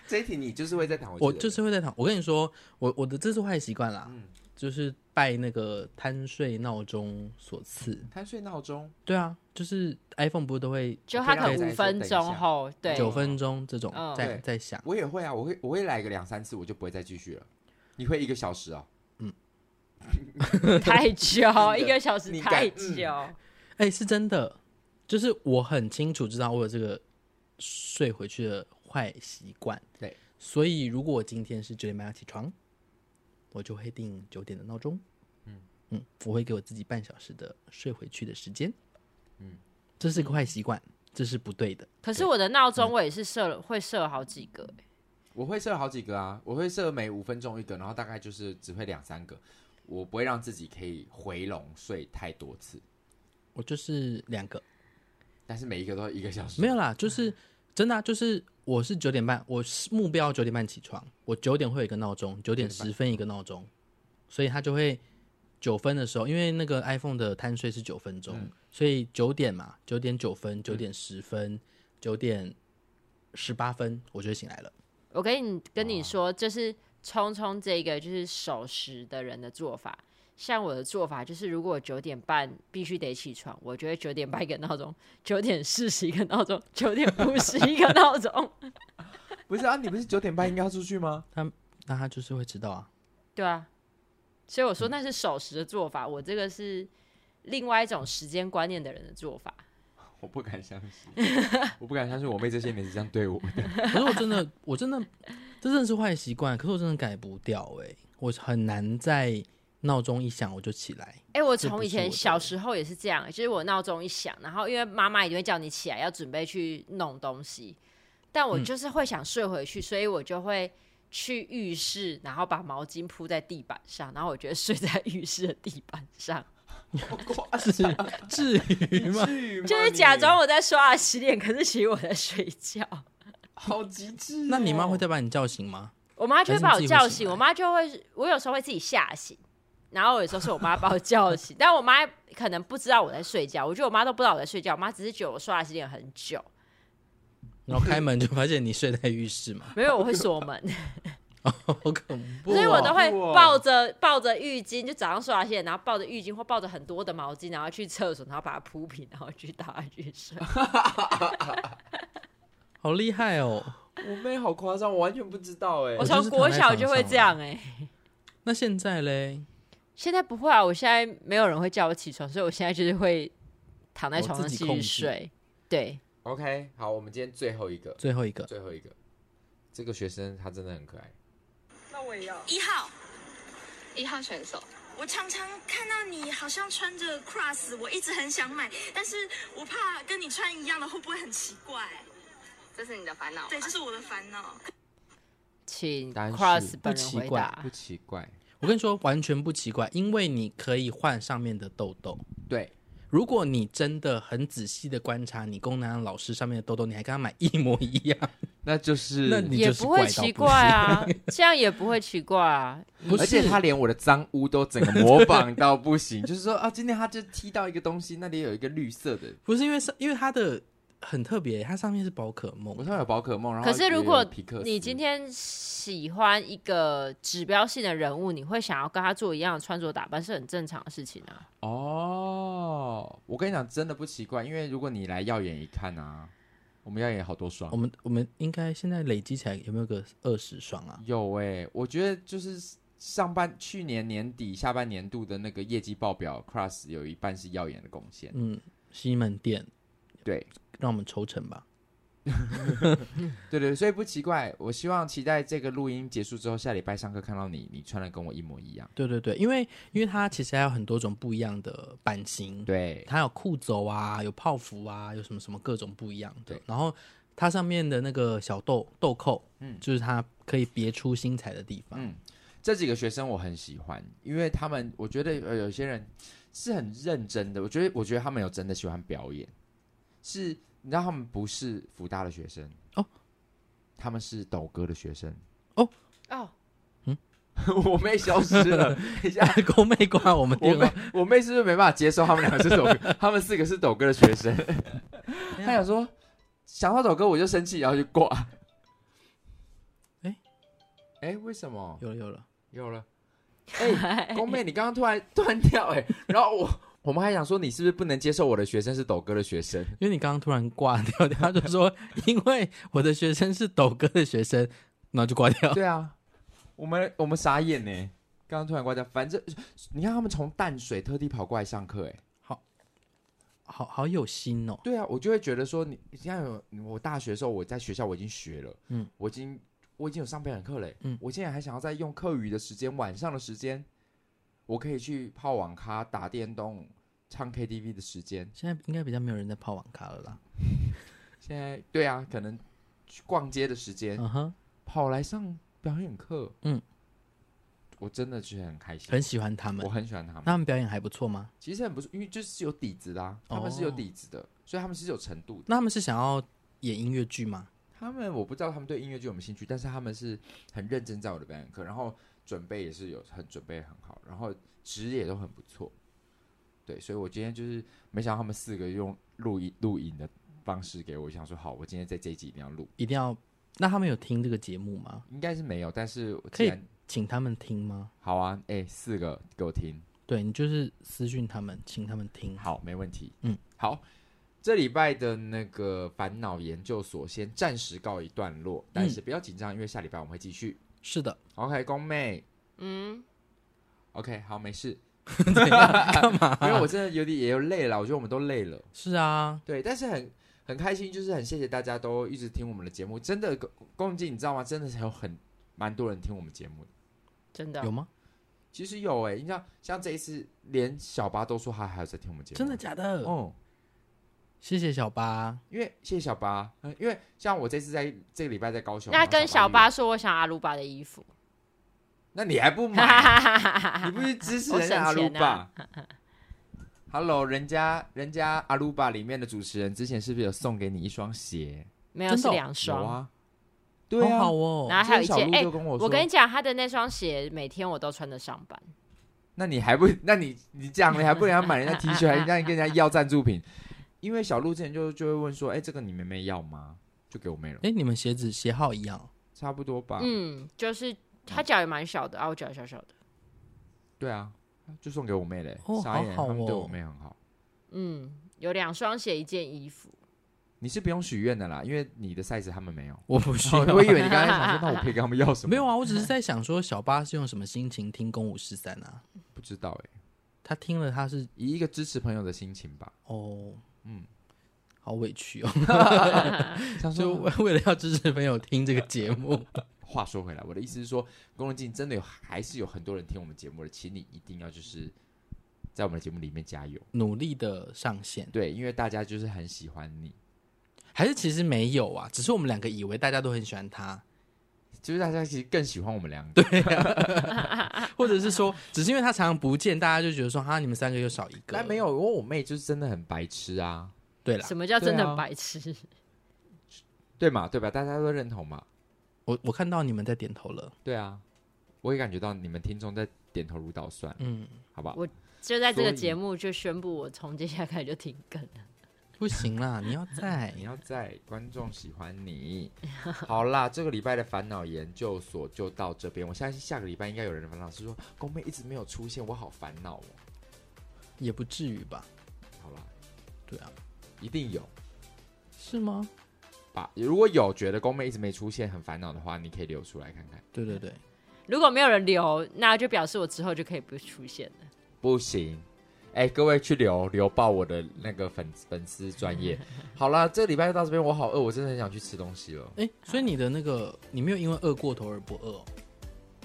这一题你就是会再躺回去的
我
人，
就是会在躺。我跟你说，我我的这是坏习惯啦，
嗯
就是拜那个贪睡闹钟所赐。
贪睡闹钟，
对啊，就是 iPhone 不是都会
就他可
可以让
能
你再
五分
等一下
钟后，对，
九分钟这种
嗯
在
对
在响，
我也会啊，我会我会来个两三次，我就不会再继续了。你会一个小时哦？
太 久，一个小时
你敢
太
嗯
久。
哎、是真的，就是我很清楚知道我有这个睡回去的坏习惯。
对，
所以如果我今天是九点半要起床，我就会定九点的闹钟。嗯嗯，我会给我自己半小时的睡回去的时间。
嗯
嗯，这是个坏习惯，这是不对的。
可是我的闹钟我也是设了，会设好几个、欸
我会设好几个啊，我会设每五分钟一个，然后大概就是只会两三个，我不会让自己可以回笼睡太多次，
我就是两个，
但是每一个都一个小时。
没有啦，就是真的啊、就是我是九点半，我是目标九点半起床，我九点会有一个闹钟，九点十分一个闹钟，所以它就会九分的时候，因为那个 iPhone 的贪睡是九分钟，
嗯
所以九点嘛，九点九分，九点十分，九点十八分，我就会醒来了。
我跟你跟你说，就是聪聪这个就是守时的人的做法。像我的做法就是，如果我九点半必须得起床，我就会九点半一个闹钟， 九点四十一个闹钟， 九点五十一个闹钟。
不是啊，你不是九点半应该要出去吗？
那他就是会迟到啊，
对啊，所以我说那是守时的做法，我这个是另外一种时间观念的人的做法。
我不敢相信，我不敢相信我妹这些年是这样对我的。
可是我真的， 我真的，这真的是坏习惯，可是我真的改不掉哎、我很难在闹钟一响我就起来。
哎、我
这不
从以
是我
前
的
小时候也是这样，就是我闹钟一响，然后因为妈妈一定会叫你起来要准备去弄东西，但我
嗯
就是会想睡回去，所以我就会去浴室，然后把毛巾铺在地板上，然后我觉得睡在 浴室的地板上，
至至于吗？
至于吗
就是假装我在刷牙洗脸，可是其实我在睡觉。
好极致、 哦
那你妈会？再把你叫醒吗？
我妈就
还
会
是
把
你
我
自己会
叫
醒
醒，我
来
妈就会，我有时候会自己吓醒，然后有时候是我妈把我叫醒， 但我妈可能不知道我在睡觉，我觉得我妈都不知道我在睡觉，我妈只是觉得我刷牙洗脸很久，
然后开门就发现你睡在浴室嘛，
没有我会锁门，
好恐怖、哦！
所以我都会
哇
抱着抱着浴巾，就早上刷牙洗脸，然后抱着浴巾或抱着很多的毛巾，然后去厕所，然后把它铺平，然后去打下去 睡。
好厉害哦。
我妹好夸张，我完全不知道哎、
我
就
从
是
国
躺在
小
床
就会
上
这样哎、
那现在嘞，
现在不会啊，我现在没有人会叫我起床，所以我现在就是会躺在
哦
床
自
上
己
继
控
续
制
睡。对，
OK，好，我们今天最后一个，
最后一个，
最后一个，这个学生他真的很可爱。
那我也要。
一号，
一号选手，
我常常看到你好像穿着 cross，我一直很想买，但是我怕跟你穿一样的会不会很奇怪？
这是你的烦恼。
对，这是我的烦恼。
请
答案是
Cross
不
本人
奇
回
怪
啊
答
不。奇怪，
我跟你说，完全不奇怪，因为你可以换上面的痘痘。
对，
如果你真的很仔细的观察你功能老师上面的痘痘，你还跟他买一模一样，
那就是
那你
也
就是
不
怪
会
到
奇
不
怪
行
啊，这样也不会奇怪啊。
不
而且
是
他连我的脏污都整个模仿到不行， 就是说啊，今天他就踢到一个东西，那里有一个绿色的，
不是因为是因为它的很特别，它上面是宝可梦
我，上面有宝可梦，然后
可是
也有
如果
皮克斯
你今天喜欢一个指标性的人物，你会想要跟他做一样的穿着打扮，是很正常的事情啊。
哦，我跟你讲，真的不奇怪，因为如果你来耀眼一看啊，我们耀眼好多双
我，们我们应该现在累积起来有没有个二十双啊？
有哎、我觉得就是上半去年年底下半年度的那个业绩报表，Cross 有一半是耀眼的贡献，
嗯，西门店，
对
让我们抽成吧。
对对，所以不奇怪。我希望期待这个录音结束之后，下礼拜上课看到你，你穿的跟我一模一样，
对对对，因为因为它其实还有很多种不一样的版型，
对。
它有裤肘啊，有泡芙啊，有什么什么各种不一样的
对。
然后它上面的那个小豆豆蔻，
嗯
就是它可以别出心裁的地方。
嗯这几个学生我很喜欢，因为他们我觉得呃有些人是很认真的，我觉得我觉得他们有真的喜欢表演，是你知道他们不是福大的学生
哦，
他们是抖哥的学生，
哦，
我妹消失了，等 一下。
狗妹瓜，我们
我
电话
妹，我妹是不是没办法接受他们两个是抖哥？他们四个是抖哥的学生。 她想说，想到抖哥我就生气，然后就挂。
哎
哎、为什么？
有了有了。
有了。哎、宫妹，你刚刚突然断掉哎、 然后我我们还想说你是不是不能接受我的学生是抖哥的学生？
因为你刚刚突然挂掉，他就说因为我的学生是抖哥的学生，然后就 挂 掉。
对啊，我们我们傻眼呢、刚刚突然挂掉，反正你看他们从淡水特地跑过来上课哎、
好好有心哦，
对啊，我就会觉得说你你看有我大学的时候我在学校我已经学了，嗯
嗯，
我已经我已经有上表演课嘞、嗯
嗯，
我现在还想要再用课余的时间，晚上的时间，我可以去泡网咖、打电动、唱 KTV 的时间。
现在应该比较没有人在泡网咖了啦。
现在对啊，可能去逛街的时间，
嗯哼，
跑来上表演课，嗯
嗯，
我真的觉得很开心，
很喜欢他们
我。很喜欢他们。
那他们表演还不错吗？
其实很不错，因为就是有底子的、啊，他们是有
哦
底子的，所以他们是有程度的。
那他们是想要演音乐剧吗？
他们我不知道他们对音乐剧有没有兴趣，但是他们是很认真在我的表演课，然后准备也是有很准备很好，然后职也都很不错。对，所以我今天就是没想到他们四个用录音录影的方式给我，想说好，我今天在这一集一定要录，
一定要？那他们有听这个节目吗？
应该是没有，但是我
可
既
以
然
请他们听吗？
好啊，哎、四个给我听，
对你就是私讯他们，请他们听。
好，没问题。嗯
嗯，
好，这礼拜的那个烦恼研究所先暂时告一段落，
嗯
但是不要紧张，因为下礼拜我们会继续。
是的，
OK，宫妹
嗯，
，OK，好，没事。
啊
干 嘛？因为我真的有点也有累了，我觉得我们都累了。
是啊，
对，但是很很开心，就是很谢谢大家都一直听我们的节目。真的，宫宫静，你知道吗？真的是有很蛮多人听我们节目的。
真的
有吗？
其实有哎、你像像这一次，连小八都说他还有在听我们节目，
真的假的？
哦。
谢谢小八。
因为谢谢小八，呃因为像我这次在这个礼拜在高雄，
那跟小
然
八
后
说，我想阿鲁巴的 衣服，
约，那你还不 买？你
你
不去支持人家阿
我省
鲁
钱
巴
啊
？Hello，人家人家阿鲁巴里面的主持人之前是不是有送给你一双鞋？
没有
真的
是
哦
两
有
双。
啊，对啊。
好好哦。
然后还有一
今天
件，
小
哎、
鹿就跟我说，
我跟你讲，他的那双鞋每天我都穿着上班。
那你还不，那你你这样，你还不给人家 买人家 T 恤，还让你跟人家要赞助品？因为小鹿之前就就会问说，哎、这个你妹妹要吗？就给我妹了，
哎，你们鞋子鞋号一样哦，
差不多吧。
嗯，就是他脚也蛮小的啊，我脚也小小的。
对啊，就送给我妹嘞、
哦
傻眼，
好好
他们对
哦
我妹很好。
嗯，有两双鞋，一件衣服。
你是不用许愿的啦，因为你的 size 他们没有。
我不 需
哦
要。
我以为你刚才想说，那我可以跟他们要什么？
没有，啊，我只是在想说，小八是用什么心情听《公五十三》啊？
不知道哎、
他听了，他是
以一个支持朋友的心情 吧，
哦，
嗯
嗯，好委屈 哦，
想
就
说。
为为了要支持朋友听这个节目，
话说回来，我的意思是说，龚仁静真的有还是有很多人听我们节目的，请你一定要就是在我们的节目里面加 油。
努力的上线，
对，因为大家就是很喜欢你，
还是其实没有啊，只是我们两个以为大家都很喜欢他，
就是大家其实更喜欢我们两个。对，
或者是 说，只是因为他常常不见，大家就觉得说，哈，你们三个又少一个。
但没有，因为我妹就是真的很白痴啊，
对啦，
什么叫真
对
的
啊
白痴？
对嘛？对吧？大家都认同嘛？
我我看到你们在点头了，
对啊，我也感觉到你们听众在点头如捣蒜，
嗯，
好不好
我？就在这个
所以
节目就宣布，我从接下来开始就停更了。
不行啦，你要 在
你要在观众喜欢你。 好啦，这个礼拜的烦恼研究所就到这边。我相信下个礼拜应该有人的烦恼是说，宫妹一直没有出现，我好烦恼哦。
也不至于吧？
好啦，
对啊，
一定有
是吗？
吧？如果有觉得宫妹一直没出现很烦恼的话，你可以留出来看看。
对对对，
如果没有人留，那就表示我之后就可以不出现了。
不行。哎，各位去留留爆我的那个粉粉丝专业。好啦，这个礼拜就到这边，我好饿，我真的很想去吃东西了。
哎，所以你的那个，你没有因为饿过头而不饿哦。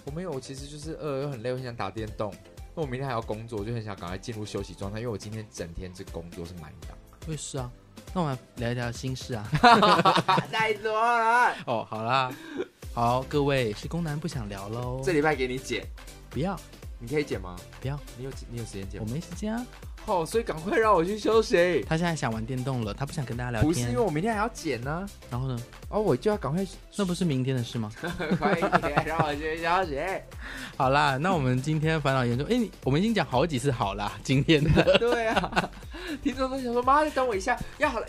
我没有，我其实就是呃饿，又很累，我很想打电动。那我明天还要工作，我就很想赶快进入休息状态，因为我今天整天这工作是满档。
我也是啊，那我们来聊一聊心事 啊。
太多了，
哦，好啦，好，各位是公男不想聊喽，
这礼拜给你剪，
不要
你可以剪吗？
不要，
你有你有时间剪
我
吗？
没时间啊。
哦，所以赶快让我去休息。
他现在想玩电动了，他不想跟大家聊
不是
天
因为。我明天还要剪呢、
然后呢，
哦，我就要赶 快，
那不是明天的事吗？
快一点让我去休息。
好啦，那我们今天烦恼研究，哎、你我们已经讲好几次好啦， 今天的，
对啊，听众都想说，妈，你等我一下，要好了，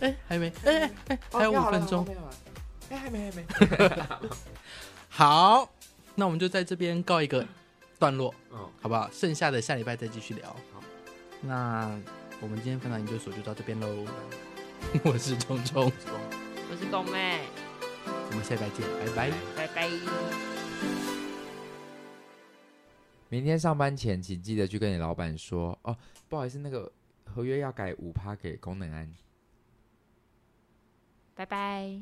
哎、还没，哎哎哎，还有
哦要好
五
了
分钟
还，没有啊哎，还没，还没。
好，那我们就在这边告一个段落，
嗯，
好不好？剩下的下礼拜再继续聊。
好，
那我们今天烦恼研究所就到这边喽， 我是虫虫，
我是宫妹，
我们下礼拜见，拜拜。
拜拜。
明天上班前，请记得去跟你老板说哦，不好意思，那个合约要改五趴给功能安。
拜拜。